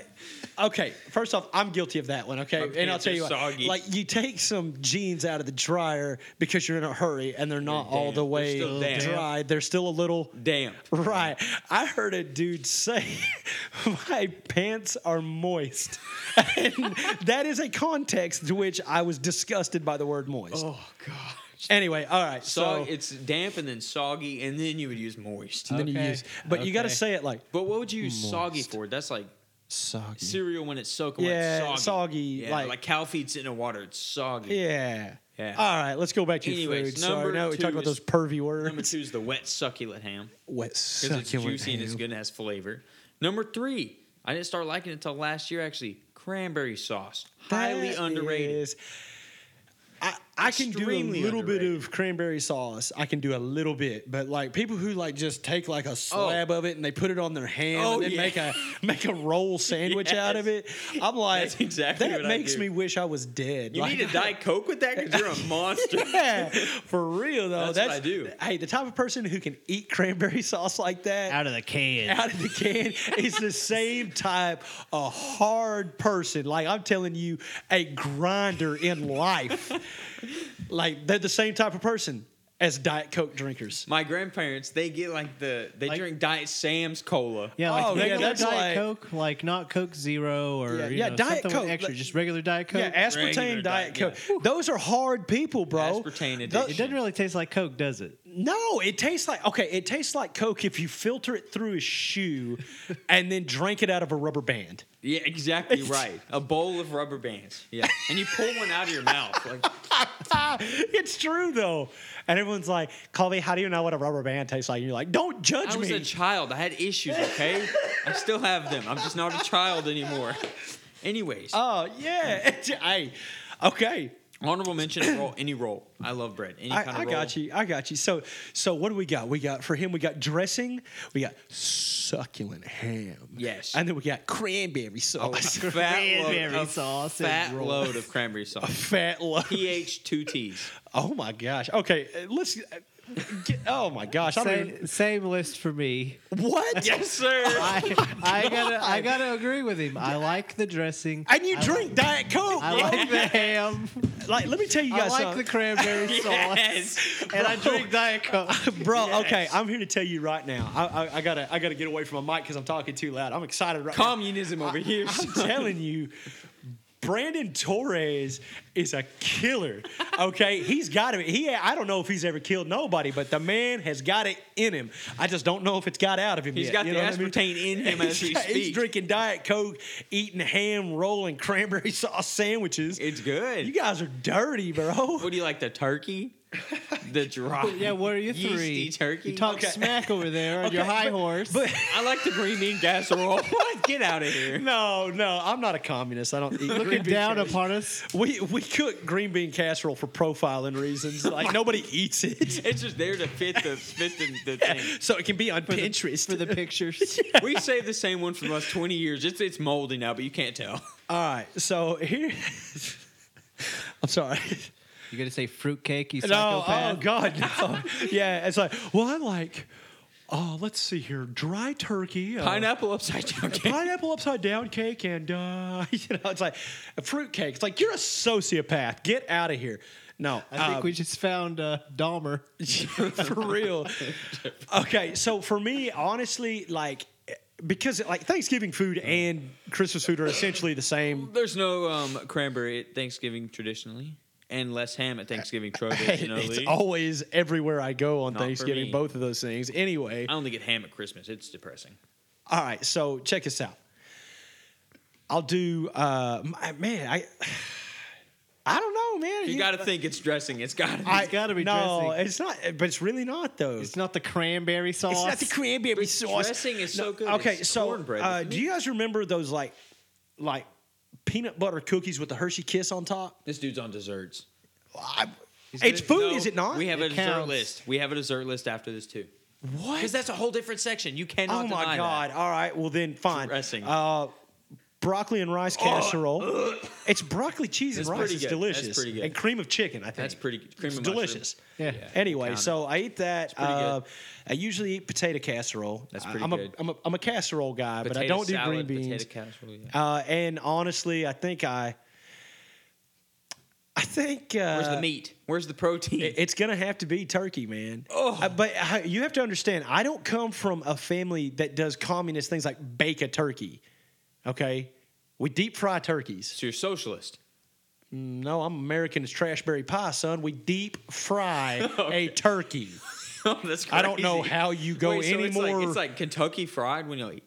Speaker 1: Okay, first off, I'm guilty of that one. Okay,
Speaker 3: My
Speaker 1: and I'll
Speaker 3: pants
Speaker 1: tell
Speaker 3: are
Speaker 1: you, what,
Speaker 3: soggy.
Speaker 1: like you take some jeans out of the dryer because you're in a hurry and they're not all
Speaker 3: damp.
Speaker 1: the
Speaker 3: They're
Speaker 1: way
Speaker 3: still damp.
Speaker 1: dried. They're still a little
Speaker 3: Damp.
Speaker 1: Right. I heard a dude say, [laughs] My pants are moist. [laughs] and that is a context to which I was disgusted by the word moist.
Speaker 3: Oh gosh.
Speaker 1: Anyway, all right.
Speaker 3: So,
Speaker 1: So,
Speaker 3: it's damp and then soggy, and then you would use moist.
Speaker 1: and then you
Speaker 2: Okay.
Speaker 1: use, but you got to
Speaker 2: Okay.
Speaker 1: say it like
Speaker 3: But what would you use soggy
Speaker 1: Moist.
Speaker 3: for? That's like
Speaker 1: soggy.
Speaker 3: cereal when it's soaking.
Speaker 1: Yeah,
Speaker 3: when it's
Speaker 1: soggy,
Speaker 3: soggy. Yeah,
Speaker 1: like-
Speaker 3: like, cow feed sitting in water. It's soggy.
Speaker 1: Yeah.
Speaker 3: Yeah.
Speaker 1: All right, let's go back to your
Speaker 3: Anyways,
Speaker 1: food. Sorry,
Speaker 3: number
Speaker 1: now we
Speaker 3: two
Speaker 1: talked about
Speaker 3: is-
Speaker 1: those pervy
Speaker 3: Number
Speaker 1: words.
Speaker 3: two is the wet succulent ham
Speaker 1: Wet
Speaker 3: because it's
Speaker 1: succulent.
Speaker 3: juicy and it's
Speaker 1: ham.
Speaker 3: good and has flavor. Number three, I didn't start liking it until last year actually. Cranberry sauce, highly
Speaker 1: That
Speaker 3: underrated.
Speaker 1: is- I, I can do a
Speaker 3: Extremely
Speaker 1: little bit
Speaker 3: underrated.
Speaker 1: of cranberry sauce. I can do a little bit, but like people who like just take like a slab of it and they put it on their hand
Speaker 3: Oh,
Speaker 1: and then
Speaker 3: yeah.
Speaker 1: make a make a
Speaker 3: [laughs]
Speaker 1: roll sandwich out of it. I'm like,
Speaker 3: That's exactly
Speaker 1: that
Speaker 3: what I
Speaker 1: makes
Speaker 3: do.
Speaker 1: me wish I was dead.
Speaker 3: You
Speaker 1: Like,
Speaker 3: need a diet coke with that because you're a monster.
Speaker 1: [laughs] yeah, for real though.
Speaker 3: That's what I do.
Speaker 1: Hey, the type of person who can eat cranberry [laughs] sauce like that
Speaker 2: Out of the can.
Speaker 1: out of the can is the same type of hard person. Like I'm telling you, a grinder in life. like they're the same type of person as Diet Coke drinkers.
Speaker 3: My grandparents, they get like the they
Speaker 2: Like-
Speaker 3: drink Diet Sam's cola.
Speaker 2: Yeah, like
Speaker 1: Oh, yeah,
Speaker 2: regular
Speaker 1: that's
Speaker 2: Diet
Speaker 1: like-
Speaker 2: Coke, like not Coke Zero or
Speaker 1: Yeah,
Speaker 2: you
Speaker 1: yeah,
Speaker 2: know,
Speaker 1: Diet
Speaker 2: something
Speaker 1: Coke,
Speaker 2: with extra,
Speaker 1: like-
Speaker 2: just regular Diet Coke.
Speaker 1: Yeah, aspartame
Speaker 3: Regular
Speaker 1: Diet
Speaker 3: Diet,
Speaker 1: Coke. Those are hard people, bro.
Speaker 3: Aspartame
Speaker 1: Th-
Speaker 2: it
Speaker 3: addiction.
Speaker 2: doesn't really taste like Coke, does it?
Speaker 1: No, it tastes like okay. It tastes like Coke if you filter it through a shoe, and then drink it out of a rubber band.
Speaker 3: Yeah, exactly right. A bowl of rubber bands. Yeah, and you pull one out of your mouth. Like,
Speaker 1: it's true though, and everyone's like, "Colby, how do you know what a rubber band tastes like?" And you're like, "Don't judge
Speaker 3: I was
Speaker 1: me."
Speaker 3: a child. I had issues. Okay, I still have them. I'm just not a child anymore. Anyways,
Speaker 1: Oh yeah, [laughs] hey, okay.
Speaker 3: honorable mention of roll. Any roll. I love bread. Any
Speaker 1: I,
Speaker 3: kind of
Speaker 1: I
Speaker 3: roll.
Speaker 1: got you. I got you. So, so what do we got? We got for him. We got dressing. We got succulent ham.
Speaker 3: Yes.
Speaker 1: and then we got
Speaker 2: Oh,
Speaker 1: cranberry
Speaker 2: [laughs]
Speaker 1: sauce.
Speaker 3: Fat
Speaker 2: Cranberry
Speaker 3: load of,
Speaker 2: sauce and
Speaker 3: Fat
Speaker 2: roll.
Speaker 3: load of cranberry
Speaker 1: [laughs]
Speaker 3: sauce.
Speaker 1: Fat love.
Speaker 3: pH two T's.
Speaker 1: Oh my gosh. Okay, uh, let's. uh, Get, oh my gosh. I don't
Speaker 2: Same,
Speaker 1: even,
Speaker 2: same list
Speaker 1: [laughs]
Speaker 2: for me.
Speaker 1: what?
Speaker 3: Yes, sir.
Speaker 2: I, I gotta, I gotta agree with him. I like the dressing.
Speaker 1: And you
Speaker 2: I
Speaker 1: drink Diet Coke.
Speaker 2: I
Speaker 1: bro.
Speaker 2: like the ham.
Speaker 1: [laughs] Like, let me tell you
Speaker 2: I
Speaker 1: guys
Speaker 2: like
Speaker 1: something.
Speaker 2: the
Speaker 1: [laughs]
Speaker 2: [laughs] cranberry
Speaker 3: [laughs] Yes.
Speaker 2: sauce, and I drink Diet Coke.
Speaker 1: Bro, okay, I'm here to tell you right now. I, I, I gotta, I gotta get away from my mic because I'm talking too loud. I'm excited right now.
Speaker 3: Communism over here. [laughs]
Speaker 1: I'm [laughs] telling you, Brandon Torres is a killer. Okay, he's got it. He, I don't know if he's ever killed nobody, but the man has got it in him. I just don't know if it's got out of him.
Speaker 3: He's
Speaker 1: yet,
Speaker 3: got
Speaker 1: you
Speaker 3: the
Speaker 1: know what I mean?
Speaker 3: aspartame in [laughs] him as
Speaker 1: [laughs]
Speaker 3: we
Speaker 1: He's- He's
Speaker 3: speak.
Speaker 1: drinking diet coke, eating ham, rolling cranberry [laughs] sauce sandwiches.
Speaker 3: It's good.
Speaker 1: You guys are dirty,
Speaker 3: [laughs]
Speaker 1: bro. [laughs]
Speaker 3: What do you like? The [laughs] turkey, the dry. [laughs]
Speaker 2: Yeah, what are you three?
Speaker 3: Yeasty turkey.
Speaker 2: You talk
Speaker 1: Okay.
Speaker 2: smack over there
Speaker 1: [laughs]
Speaker 2: on your
Speaker 1: Okay,
Speaker 2: high
Speaker 1: but-
Speaker 2: horse.
Speaker 1: But
Speaker 3: I like the green bean [laughs] casserole. Get out of here.
Speaker 1: no, no, I'm not a communist. I don't eat green
Speaker 2: [laughs] looking
Speaker 1: bean
Speaker 2: down
Speaker 1: casserole. [laughs]
Speaker 2: upon us.
Speaker 1: We we cook green bean casserole for profiling reasons. Like nobody [laughs] eats it,
Speaker 3: [laughs] It's just there to fit the fit the, [laughs] the thing.
Speaker 1: so it can be on Pinterest.
Speaker 2: for the pictures.
Speaker 3: We saved the same one for the last twenty years. It's it's moldy now, but you can't [laughs] tell.
Speaker 1: All right, so here. [laughs] I'm
Speaker 2: [laughs]
Speaker 1: sorry.
Speaker 2: You gonna say fruitcake? You
Speaker 1: No, oh
Speaker 2: psychopath.
Speaker 1: God,
Speaker 2: [laughs]
Speaker 1: no. yeah, it's like, well, I'm like, oh, let's see here, dry turkey, uh,
Speaker 3: Pineapple upside [laughs] down. cake.
Speaker 1: pineapple upside down cake, [laughs] and uh, you know, it's like a fruit cake. It's like you're a sociopath. Get out of here. No,
Speaker 2: I think
Speaker 1: uh,
Speaker 2: we just found uh, Dahmer.
Speaker 1: [laughs] for real. Okay, so for me, honestly, like because like Thanksgiving food and Christmas food are essentially the same.
Speaker 3: There's no um, cranberry at Thanksgiving traditionally, and less ham at [laughs] Thanksgiving traditionally.
Speaker 1: it's always everywhere I go on
Speaker 3: Not for
Speaker 1: Thanksgiving.
Speaker 3: me.
Speaker 1: Both of those things. Anyway,
Speaker 3: I only get ham at Christmas. It's depressing.
Speaker 1: All right, so check this out. I'll do. Uh, m- man, I. [sighs] I don't know, man.
Speaker 3: You got to think it's dressing. It's got to be.
Speaker 1: I-
Speaker 2: it's gotta be
Speaker 1: No,
Speaker 2: dressing.
Speaker 1: it's not. But it's really not though.
Speaker 2: It's not the cranberry sauce.
Speaker 1: It's not the cranberry sauce.
Speaker 3: dressing is so good.
Speaker 1: Okay,
Speaker 3: It's
Speaker 1: so
Speaker 3: cornbread,
Speaker 1: uh,
Speaker 3: isn't
Speaker 1: do you guys remember those like, like peanut butter cookies with the Hershey Kiss on top?
Speaker 3: This dude's on desserts.
Speaker 1: I,
Speaker 2: Is
Speaker 1: it's
Speaker 2: it-
Speaker 1: food,
Speaker 3: No,
Speaker 1: is it not?
Speaker 3: We have
Speaker 2: It
Speaker 3: a dessert
Speaker 2: counts.
Speaker 3: list. We have a dessert list after this too.
Speaker 1: what?
Speaker 3: Because that's a whole different section. You cannot.
Speaker 1: oh my
Speaker 3: deny
Speaker 1: god!
Speaker 3: that.
Speaker 1: All right, well then, fine.
Speaker 3: Dressing. Oh.
Speaker 1: Uh, broccoli and rice casserole.
Speaker 3: [laughs]
Speaker 1: It's broccoli cheese and
Speaker 3: That's
Speaker 1: rice.
Speaker 3: pretty
Speaker 1: It's
Speaker 3: good.
Speaker 1: delicious.
Speaker 3: That's pretty good.
Speaker 1: And cream of chicken. I think
Speaker 3: That's pretty good. Cream
Speaker 1: It's
Speaker 3: of mushroom.
Speaker 1: delicious.
Speaker 2: Yeah.
Speaker 1: Anyway,
Speaker 3: Found it.
Speaker 1: so I eat that.
Speaker 3: pretty good.
Speaker 1: Uh, I usually eat potato casserole.
Speaker 3: That's
Speaker 1: I-
Speaker 3: pretty
Speaker 1: I'm
Speaker 3: good.
Speaker 1: A, I'm, a, I'm a casserole guy, but I
Speaker 3: Potato
Speaker 1: don't do green
Speaker 3: salad,
Speaker 1: beans.
Speaker 3: Potato casserole. yeah.
Speaker 1: Uh, and honestly, I think I, I think uh,
Speaker 3: Where's the meat? Where's the protein?
Speaker 1: it- It's gonna have to be turkey, man.
Speaker 3: Oh.
Speaker 1: Uh, but I- you have to understand, I don't come from a family that does communist things like bake a turkey. Okay, we deep fry turkeys.
Speaker 3: so you're socialist.
Speaker 1: No, I'm American as trashberry pie, son. We deep
Speaker 3: [laughs]
Speaker 1: fry a turkey.
Speaker 3: [laughs] oh, that's crazy.
Speaker 1: I don't know how you go
Speaker 3: Wait, so
Speaker 1: any
Speaker 3: It's
Speaker 1: more.
Speaker 3: like, it's like Kentucky Fried when you like,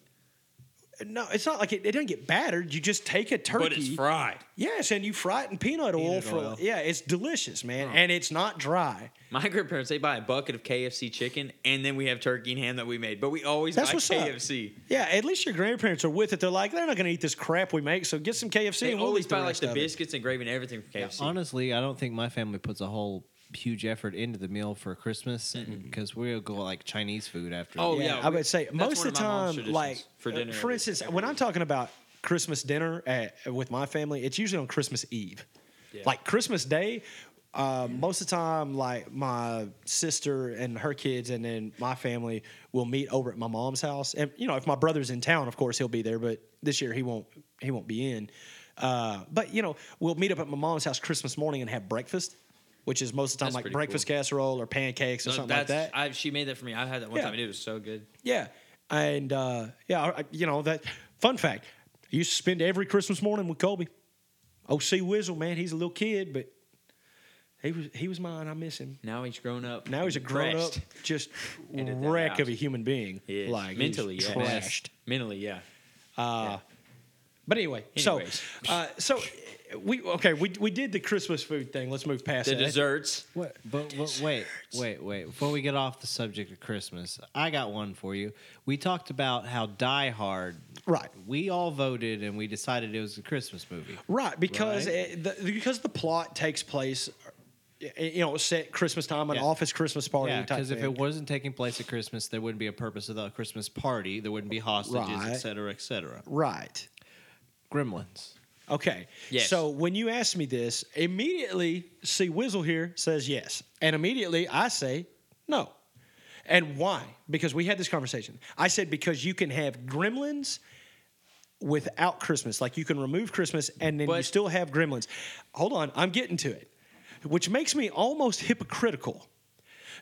Speaker 1: no, it's not like it, it doesn't get battered. You just take a turkey.
Speaker 3: but it's fried.
Speaker 1: Yes, and you fry it in peanut, oil
Speaker 2: Peanut
Speaker 1: for
Speaker 2: oil.
Speaker 1: yeah, it's delicious, man,
Speaker 3: Oh.
Speaker 1: and it's not dry.
Speaker 3: My grandparents they buy a bucket of KFC chicken and then we have turkey and ham that we made, but we always
Speaker 1: That's
Speaker 3: buy
Speaker 1: what's up.
Speaker 3: KFC.
Speaker 1: Yeah, at least your grandparents are with it. They're like, they're not going to eat this crap we make, so get some KFC
Speaker 3: They
Speaker 1: and we'll
Speaker 3: always
Speaker 1: eat the
Speaker 3: buy like
Speaker 1: rest
Speaker 3: the
Speaker 1: of it."
Speaker 3: biscuits and gravy and everything from KFC.
Speaker 2: Honestly, I don't think my family puts a whole huge effort into the meal for Christmas because we'll go like Chinese food after.
Speaker 3: Oh,
Speaker 1: yeah,
Speaker 3: yeah,
Speaker 1: I
Speaker 3: we-
Speaker 1: would say
Speaker 3: that's
Speaker 1: most
Speaker 3: one
Speaker 1: of
Speaker 3: of
Speaker 1: the
Speaker 3: my mom's
Speaker 1: time,
Speaker 3: traditions
Speaker 1: like
Speaker 3: for
Speaker 1: uh,
Speaker 3: dinner
Speaker 1: For
Speaker 3: every-
Speaker 1: instance,
Speaker 3: every
Speaker 1: when
Speaker 3: year.
Speaker 1: I'm talking about Christmas dinner at, with my family, it's usually on Christmas Eve.
Speaker 3: Yeah.
Speaker 1: Like Christmas Day, uh, most of the time, like my sister and her kids, and then my family will meet over at my mom's house. And you know, if my brother's in town, of course he'll be there, but this year he won't. He won't be in. Uh, but you know, we'll meet up at my mom's house Christmas morning and have breakfast, which is most of the time
Speaker 3: That's
Speaker 1: like
Speaker 3: pretty
Speaker 1: breakfast casserole or pancakes or
Speaker 3: No,
Speaker 1: something like
Speaker 3: that's-
Speaker 1: that.
Speaker 3: I, she made that for me. I had that one
Speaker 1: Yeah.
Speaker 3: time and it was so good.
Speaker 1: Yeah, and uh, yeah, I- I- you know that. Fun fact: I used to spend every Christmas morning with Colby. OC Wizzle, man, he's a little kid, but he was he was mine. I miss him.
Speaker 3: Now he's grown up.
Speaker 1: Now he's a grown up,
Speaker 3: Depressed.
Speaker 1: just
Speaker 3: And at that
Speaker 1: wreck
Speaker 3: house.
Speaker 1: of a human being.
Speaker 3: He is.
Speaker 1: Like he's
Speaker 3: mentally, yeah.
Speaker 1: trashed.
Speaker 3: Mentally, yeah.
Speaker 1: Uh, But anyway,
Speaker 3: Anyways.
Speaker 1: so uh, so we okay. We we did the Christmas food thing. Let's move past
Speaker 3: The
Speaker 1: that.
Speaker 3: desserts.
Speaker 2: What? But, but wait, wait, wait. Before we get off the subject of Christmas, I got one for you. We talked about how Die Hard.
Speaker 1: Right.
Speaker 2: We all voted and we decided it was a Christmas movie.
Speaker 1: Right, because
Speaker 2: Right.
Speaker 1: It, the, because the plot takes place, y- you know, set Christmas time, an
Speaker 2: Yeah.
Speaker 1: office Christmas party.
Speaker 2: Yeah,
Speaker 1: type
Speaker 2: because if
Speaker 1: thing.
Speaker 2: it wasn't taking place at Christmas, there wouldn't be a purpose of the Christmas party. There wouldn't be hostages,
Speaker 1: Right.
Speaker 2: et cetera, et cetera.
Speaker 1: Right.
Speaker 2: Gremlins.
Speaker 1: Okay.
Speaker 3: Yes.
Speaker 1: So when you asked me this, immediately see Wizzle here says yes. And immediately I say no. And why? Because we had this conversation. I said because you can have gremlins without Christmas. Like you can remove Christmas and then you
Speaker 3: But-
Speaker 1: still have gremlins. Hold on, I'm getting to it. Which makes me almost hypocritical.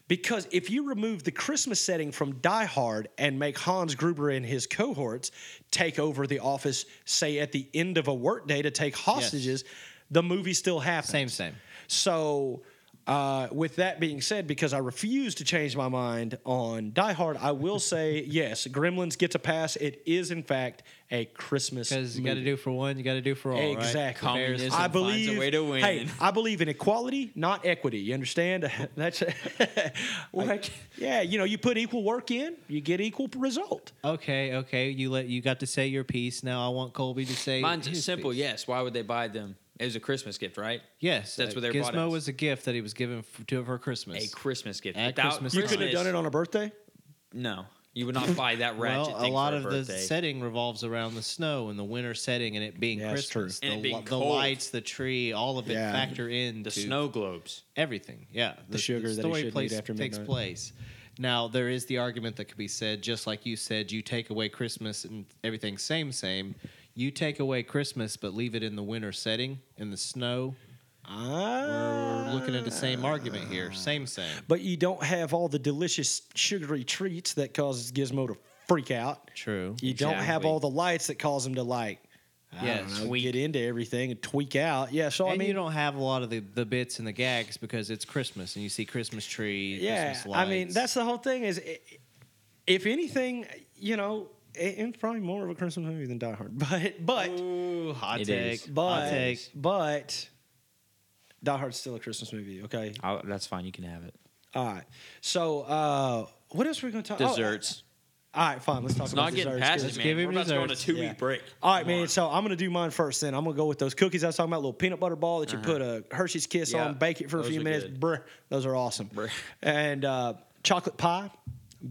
Speaker 1: Because if you remove the Christmas setting from Die Hard and make Hans Gruber and his cohorts take over the office, say at the end of a workday to take hostages, the movie still happens.
Speaker 2: Same, same.
Speaker 1: So, uh, with that being said, because I refuse to change my mind on Die Hard, I
Speaker 2: [laughs]
Speaker 1: will say yes, Gremlins gets a pass. It is, in fact, a Christmas
Speaker 2: Because you got to
Speaker 1: movie.
Speaker 2: do for one, you got to do for all. right?
Speaker 1: Exactly.
Speaker 2: Communism
Speaker 3: Communism.
Speaker 1: I
Speaker 3: finds a
Speaker 1: believe
Speaker 3: way to win.
Speaker 1: Hey, I believe in equality, not equity. You understand? [laughs] That's
Speaker 2: [laughs]
Speaker 3: What?
Speaker 1: yeah. You know, you put equal work in, you get equal result.
Speaker 2: Okay, okay. You let you got to say your piece. Now I want Colby to say
Speaker 3: Mine's
Speaker 2: his
Speaker 3: simple,
Speaker 2: piece.
Speaker 3: yes. Why would they buy them? It was a Christmas gift, right?
Speaker 2: Yes,
Speaker 3: That's
Speaker 2: uh,
Speaker 3: what they're
Speaker 2: Gizmo
Speaker 3: bought as.
Speaker 2: was a gift that he was given f- to her for Christmas.
Speaker 3: A Christmas gift.
Speaker 2: At
Speaker 3: Without
Speaker 2: Christmas
Speaker 1: You
Speaker 2: time.
Speaker 1: could have done it on a birthday.
Speaker 3: No, you would not buy that
Speaker 2: [laughs]
Speaker 3: ratchet
Speaker 2: well, a
Speaker 3: thing
Speaker 2: lot
Speaker 3: for
Speaker 2: of
Speaker 3: birthday.
Speaker 2: the setting revolves around the snow and the winter setting and it being
Speaker 1: Yeah, that's true.
Speaker 2: Christmas.
Speaker 3: And it
Speaker 2: the,
Speaker 3: being
Speaker 2: li- the
Speaker 3: cold.
Speaker 2: lights, the tree, all of it
Speaker 1: Yeah.
Speaker 2: factor in
Speaker 3: the
Speaker 2: to
Speaker 3: snow globes.
Speaker 2: everything. Yeah, the,
Speaker 1: sugar that he
Speaker 2: story
Speaker 1: shouldn't
Speaker 2: place
Speaker 1: eat after
Speaker 2: takes
Speaker 1: midnight.
Speaker 2: place. Now there is the argument that could be said, just like you said, you take away Christmas and everything same same. You take away Christmas but leave it in the winter setting in the snow.
Speaker 1: Ah.
Speaker 2: We're, we're looking at the same argument here. Same, same.
Speaker 1: But you don't have all the delicious sugary treats that causes Gizmo to freak out.
Speaker 2: True.
Speaker 1: You don't have
Speaker 3: Exactly.
Speaker 1: all the lights that cause him to like, I
Speaker 2: Yeah,
Speaker 1: don't know,
Speaker 3: tweak.
Speaker 1: get into everything and tweak out. Yeah, so
Speaker 2: and
Speaker 1: I mean,
Speaker 2: you don't have a lot of the, the bits and the gags because it's Christmas and you see Christmas trees.
Speaker 1: yeah,
Speaker 2: Christmas
Speaker 1: I mean
Speaker 2: lights.
Speaker 1: that's the whole thing. Is i- if anything, you know, it, it's probably more of a Christmas movie than Die Hard, [laughs] but but
Speaker 2: Ooh, hot
Speaker 3: It
Speaker 2: take.
Speaker 3: is.
Speaker 2: hot
Speaker 1: but
Speaker 2: take.
Speaker 1: but Die Hard's still a Christmas movie. Okay,
Speaker 3: I'll, that's fine. You can have it.
Speaker 1: all right. So uh, what else are we going to talk? oh,
Speaker 3: Desserts.
Speaker 1: all right, fine. Let's talk
Speaker 3: it's
Speaker 1: about
Speaker 3: not getting
Speaker 1: desserts,
Speaker 3: past
Speaker 1: 'cause-
Speaker 3: it,
Speaker 2: Let's
Speaker 3: man.
Speaker 2: give
Speaker 3: We're
Speaker 2: him
Speaker 3: about to go on a
Speaker 2: desserts.
Speaker 3: two-week
Speaker 1: Yeah.
Speaker 3: break.
Speaker 1: All right,
Speaker 3: Come
Speaker 1: man.
Speaker 3: on.
Speaker 1: So I'm gonna do mine first. Then I'm gonna go with those cookies I was talking about, little peanut butter ball that you put a Hershey's Kiss
Speaker 3: Uh-huh. Yeah,
Speaker 1: on, bake it for a
Speaker 3: those
Speaker 1: few
Speaker 3: are
Speaker 1: minutes.
Speaker 3: good.
Speaker 1: Bruh, those are awesome.
Speaker 3: Bruh.
Speaker 1: And uh, chocolate pie,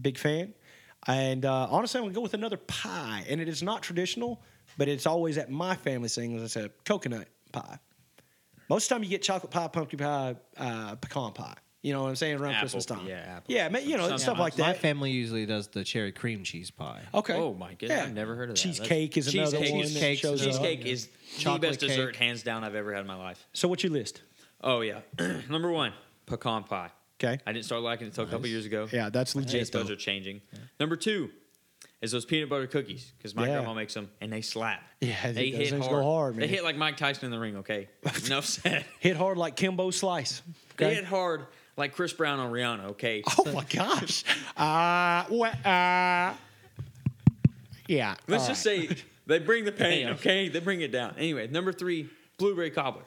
Speaker 1: big fan. And uh, honestly, I'm gonna go with another pie, and it is not traditional, but it's always at my family singles. It's a coconut pie. Most of the time, you get chocolate pie, pumpkin pie, uh, pecan pie. You know what I'm saying around
Speaker 3: Apple,
Speaker 1: Christmas time.
Speaker 3: yeah, apple.
Speaker 1: yeah, ma- you know
Speaker 3: Sometimes.
Speaker 1: stuff like
Speaker 2: My
Speaker 1: that.
Speaker 2: family usually does the cherry cream cheese pie.
Speaker 1: okay.
Speaker 3: Oh my goodness, I've never heard of that. That's-
Speaker 1: Cheesecake is another
Speaker 3: Cheesecake-
Speaker 1: one. that
Speaker 2: cheesecake-
Speaker 1: shows up.
Speaker 3: Cheesecake is
Speaker 2: Chocolate
Speaker 3: the best
Speaker 2: cake.
Speaker 3: dessert hands down I've ever had in my life.
Speaker 1: So what you list?
Speaker 3: Oh yeah, [clears throat] number one, pecan pie.
Speaker 1: Okay.
Speaker 3: I didn't start liking it until a couple years ago.
Speaker 1: Yeah, that's
Speaker 3: My taste
Speaker 1: legit.
Speaker 3: buds
Speaker 1: Though.
Speaker 3: are changing. Number two is those peanut butter cookies because my
Speaker 1: Yeah.
Speaker 3: grandma makes them and they slap.
Speaker 1: Yeah,
Speaker 3: they
Speaker 1: those
Speaker 3: hit
Speaker 1: things
Speaker 3: hard.
Speaker 1: go hard,
Speaker 3: They
Speaker 1: man.
Speaker 3: hit like Mike Tyson in the
Speaker 1: [laughs]
Speaker 3: ring. Okay, enough said.
Speaker 1: Hit hard like Kimbo Slice.
Speaker 3: They
Speaker 1: Okay.
Speaker 3: hit hard like Chris Brown on Rihanna. Okay,
Speaker 1: Oh my
Speaker 3: [laughs]
Speaker 1: gosh. Uh, what? Uh, yeah.
Speaker 3: let's
Speaker 1: all
Speaker 3: just
Speaker 1: right.
Speaker 3: say they bring
Speaker 1: [laughs]
Speaker 3: the pain. Okay, they bring it down. Anyway, number three, blueberry cobbler.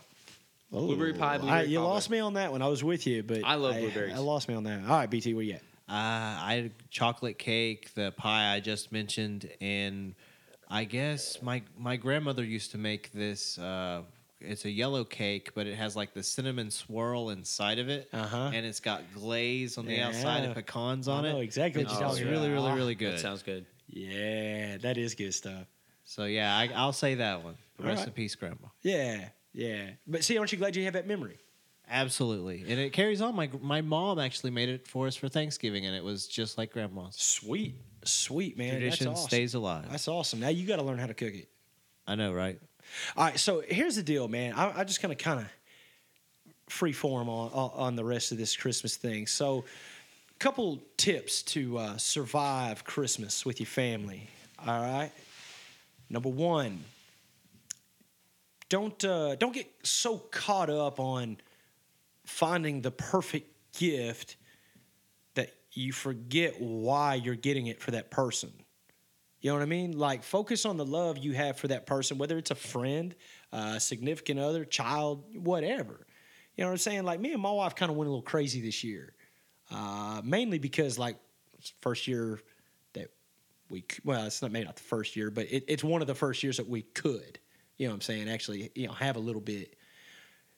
Speaker 3: blueberry pie,
Speaker 1: Ooh,
Speaker 3: blueberry
Speaker 1: I- you
Speaker 3: cobbler.
Speaker 1: lost me on that one. I was with you, but
Speaker 3: I love blueberries.
Speaker 1: I, lost me on that. All right, BT, where you at?
Speaker 2: Uh, I chocolate cake, the pie I just mentioned, and I guess my my grandmother used to make this. Uh, it's a yellow cake, but it has like the cinnamon swirl inside of it,
Speaker 1: Uh-huh.
Speaker 2: and it's got glaze on the outside
Speaker 1: Yeah.
Speaker 2: and pecans
Speaker 1: I
Speaker 2: on
Speaker 1: know
Speaker 2: it.
Speaker 1: exactly
Speaker 2: It's
Speaker 1: what you're
Speaker 2: just
Speaker 1: talking
Speaker 2: really,
Speaker 1: about.
Speaker 2: really,
Speaker 1: Ah,
Speaker 2: really good.
Speaker 3: That sounds good.
Speaker 1: Yeah, that is good stuff.
Speaker 2: so yeah, I, I'll say that one.
Speaker 1: All
Speaker 2: Rest
Speaker 1: right.
Speaker 2: in peace, Grandma.
Speaker 1: Yeah, yeah. But see, aren't you glad you have that memory?
Speaker 2: Absolutely, and it carries on. My my mom actually made it for us for Thanksgiving, and it was just like Grandma's.
Speaker 1: Sweet, sweet man.
Speaker 2: Tradition
Speaker 1: That's awesome.
Speaker 2: stays alive.
Speaker 1: That's awesome. Now you got to learn how to cook it.
Speaker 2: I know, right?
Speaker 1: All right, so here's the deal, man. I, I just kind of kind of free form on on the rest of this Christmas thing. So, couple tips to uh, survive Christmas with your family. All right, number one, don't uh, don't get so caught up on finding the perfect gift that you forget why you're getting it for that person. You know what I mean? Like focus on the love you have for that person, whether it's a friend, uh, significant other, child, whatever. You know what I'm saying? Like me and my wife kind of went a little crazy this year, uh, mainly because like it's the first year that we c- well, it's not maybe not the first year, but it, it's one of the first years that we could. You know what I'm saying? Actually, you know, have a little bit.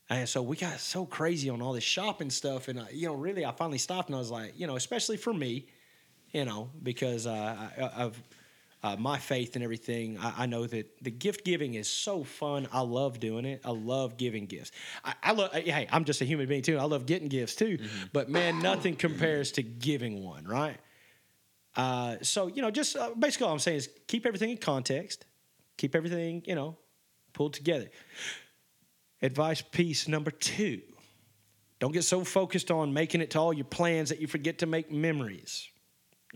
Speaker 1: And so we got so crazy on all this shopping stuff, and uh, you know, really, I finally stopped and I was like, you know, especially for me, you know, because uh, I, I- of uh, my faith and everything, I, I know that the gift giving is so fun. I love doing it. I love giving gifts. I, I love. Hey, I'm just a human being too. I love getting gifts too. But man, nothing compares to giving one, right? Uh, so you know, just uh, basically, all I'm saying is keep everything in context. Keep everything, you know, pulled together. Advice piece number two. Don't get so focused on making it to all your plans that you forget to make memories.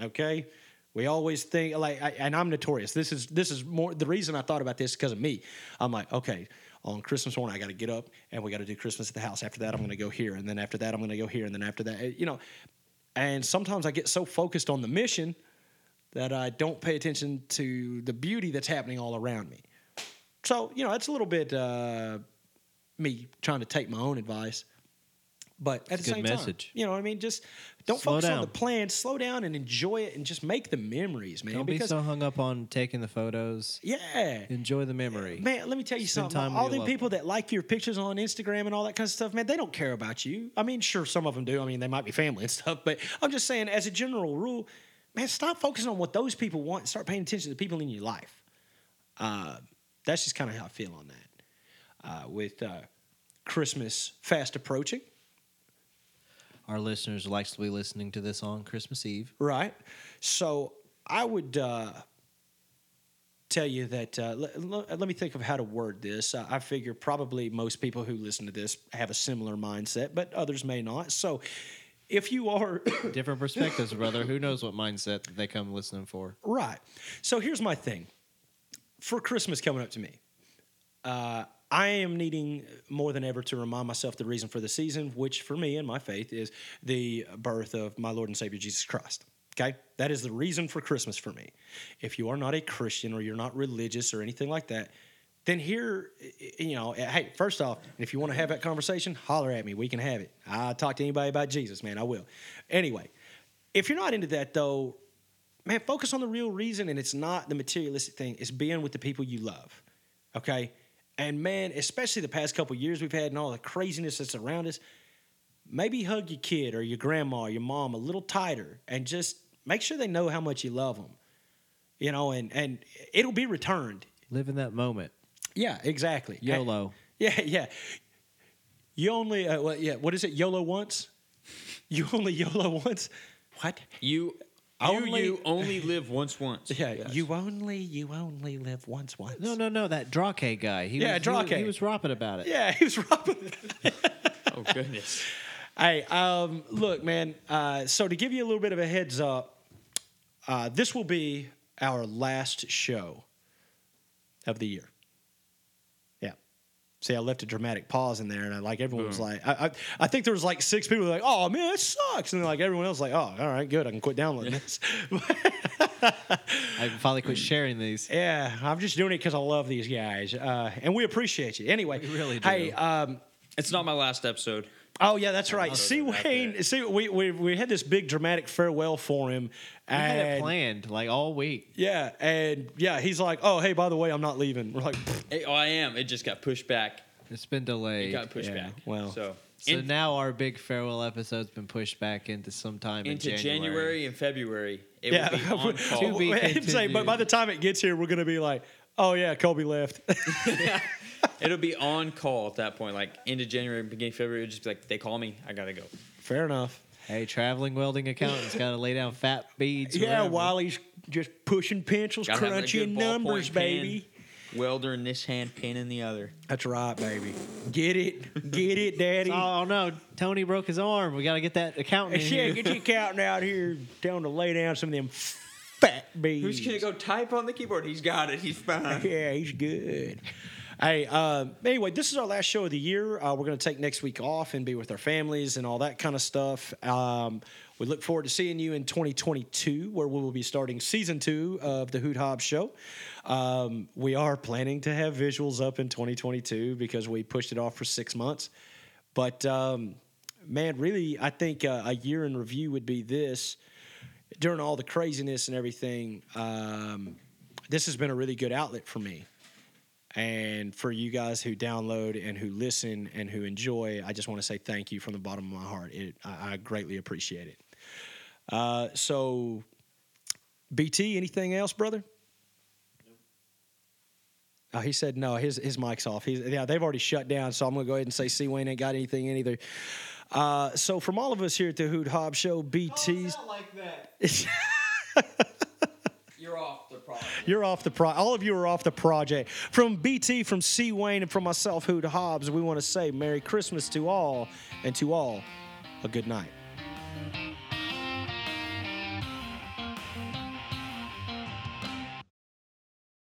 Speaker 1: Okay? We always think like I, and I'm notorious. This is this is more the reason I thought about this because of me. I'm like, okay, on Christmas morning I got to get up and we got to do Christmas at the house. After that I'm going to go here and then after that I'm going to go here and then after that eh, you know. And sometimes I get so focused on the mission that I don't pay attention to the beauty that's happening all around me. So, you know, that's a little bit uh, me trying to take my own advice. But at
Speaker 2: It's a
Speaker 1: the
Speaker 2: good
Speaker 1: same
Speaker 2: message.
Speaker 1: time, you know what I mean? Just don't
Speaker 2: Slow
Speaker 1: focus on
Speaker 2: down.
Speaker 1: the plan. Slow down and enjoy it and just make the memories, man.
Speaker 2: Don't be
Speaker 1: because,
Speaker 2: so hung up on taking the photos.
Speaker 1: yeah.
Speaker 2: Enjoy the memory.
Speaker 1: Man, let me tell you
Speaker 2: Spend time
Speaker 1: something.
Speaker 2: with
Speaker 1: All
Speaker 2: your
Speaker 1: them
Speaker 2: loved
Speaker 1: people that like your pictures on Instagram and all that kind of stuff, man, they don't care about you. I mean, sure, some of them do. I mean, they might be family and [laughs] stuff, but I'm just saying, as a general rule, man, stop focusing on what those people want and start paying attention to the people in your life. Uh, that's just kind of how I feel on that. Uh, with uh, Christmas fast approaching,
Speaker 2: Our listeners will actually be listening to this on Christmas Eve.
Speaker 1: right? So I would uh, tell you that. Uh, le- le- let me think of how to word this. I I figure probably most people who listen to this have a similar mindset, but others may not. So, if you are
Speaker 2: Different perspectives, brother. Who knows what mindset that they come listening for?
Speaker 1: Right. So here's my thing. For Christmas coming up to me, uh, I am needing more than ever to remind myself the reason for the season, which for me and my faith is the birth of my Lord and Savior Jesus Christ. Okay? That is the reason for Christmas for me. If you are not a Christian or you're not religious or anything like that, then here, y- y- you know, hey, first off, if you want to have that conversation, holler at me. We can have it. I'll talk to anybody about Jesus, man. I will. Anyway, if you're not into that though, man, focus on the real reason, and it's not the materialistic thing. It's being with the people you love, okay? And man, especially the past couple years we've had and all the craziness that's around us, maybe hug your kid or your grandma or your mom a little tighter, and just make sure they know how much you love them, you know, and and it'll be returned.
Speaker 2: Live in that moment.
Speaker 1: Yeah, exactly.
Speaker 2: YOLO.
Speaker 1: Yeah, yeah. You only, uh, well, yeah. What is it? YOLO once. You only YOLO once. What?
Speaker 3: You, you,
Speaker 1: Only-
Speaker 3: you only live once, once.
Speaker 1: [laughs] Yeah,
Speaker 3: Yes.
Speaker 1: you only you only live once once.
Speaker 2: No, no, no. That Drake guy. He
Speaker 1: Yeah,
Speaker 2: was, he was-
Speaker 1: Drake.
Speaker 2: He was rapping about it. [laughs]
Speaker 1: Yeah, he was robbing.
Speaker 3: Oh goodness.
Speaker 1: hey, um, look, man. Uh, so to give you a little bit of a heads up, uh, this will be our last show of the year. Yeah. See, I left a dramatic pause in there, and I, like everyone
Speaker 2: Hmm.
Speaker 1: was like, I, I, I think there was like six people like, "Oh man, that sucks," and then, like everyone else was like, "Oh, all right, good, I can quit downloading this." [laughs]
Speaker 2: I finally quit sharing these.
Speaker 1: Yeah, I'm just doing it because I love these guys, uh, and we appreciate you. Anyway,
Speaker 2: We really
Speaker 1: Hey,
Speaker 2: do.
Speaker 1: um,
Speaker 3: It's not my last episode.
Speaker 1: oh yeah, that's right.
Speaker 3: other
Speaker 1: See
Speaker 3: than that,
Speaker 1: Wayne.
Speaker 3: yeah.
Speaker 1: See, we, we we had this big dramatic farewell for him.
Speaker 2: We
Speaker 1: and,
Speaker 2: had it planned like all week.
Speaker 1: Yeah, and yeah, he's like, oh hey, by the way, I'm not leaving. We're like,
Speaker 3: Hey, oh, I am. It just got pushed back.
Speaker 2: It's been
Speaker 3: It
Speaker 2: delayed.
Speaker 3: got pushed
Speaker 1: yeah,
Speaker 3: back.
Speaker 1: well.
Speaker 3: so,
Speaker 2: So
Speaker 3: in-
Speaker 2: now our big farewell episode's been pushed back into sometime
Speaker 3: into
Speaker 2: in
Speaker 3: January. and February, it
Speaker 1: [laughs] yeah,
Speaker 3: [laughs] will be on
Speaker 2: To
Speaker 3: call.
Speaker 2: be
Speaker 1: I'd say, but by
Speaker 2: continued.
Speaker 1: the time it gets here, we're gonna be like, oh yeah, Kobe left. [laughs]
Speaker 3: It'll be on call at that point, like into January, beginning of February. It'll just be like they call me, I gotta go.
Speaker 1: Fair enough.
Speaker 2: Hey, traveling welding accountant's got to lay down fat beads.
Speaker 1: Yeah,
Speaker 2: wherever.
Speaker 1: while he's just pushing pencils,
Speaker 3: Gotta have that
Speaker 1: crunching
Speaker 3: good
Speaker 1: numbers,
Speaker 3: ballpoint pen.
Speaker 1: baby.
Speaker 3: Welder in this hand, pin in the other.
Speaker 1: That's right, baby. Get it, get it, daddy.
Speaker 2: Oh no, Tony broke his arm. We got to get that accountant. in
Speaker 1: [laughs] Yeah,
Speaker 2: here.
Speaker 1: get your accountant out here. Tell him to lay down some of them fat bees.
Speaker 3: Who's gonna go type on the keyboard? He's got it. He's fine.
Speaker 1: [laughs] Yeah, he's good. Hey, um, anyway, this is our last show of the year. Uh, we're going to take next week off and be with our families and all that kind of stuff. Um, we look forward to seeing you in 2022, where we will be starting season two of the Hoot Hobbs Show. Um, we are planning to have visuals up in 2022 because we pushed it off for six months. But um, man, really, I think uh, a year in review would be this during all the craziness and everything, um, this has been a really good outlet for me. And for you guys who download and who listen and who enjoy, I just want to say thank you from the bottom of my heart. It, I, I greatly appreciate it. Uh, so, BT, anything else, brother? Oh, he said no. His his mic's off. He's, yeah, they've already shut down. So I'm gonna go ahead and say C Wayne ain't got anything in either. Uh, so from all of us here at the Hoot Hob Show, BT's.
Speaker 3: like that. You're off the problem.
Speaker 1: You're off the pro. All of you are off the project. From BT, from C Wayne, and from myself, Hoot Hobbs, we want to say Merry Christmas to all, and to all, a good night.
Speaker 4: Thank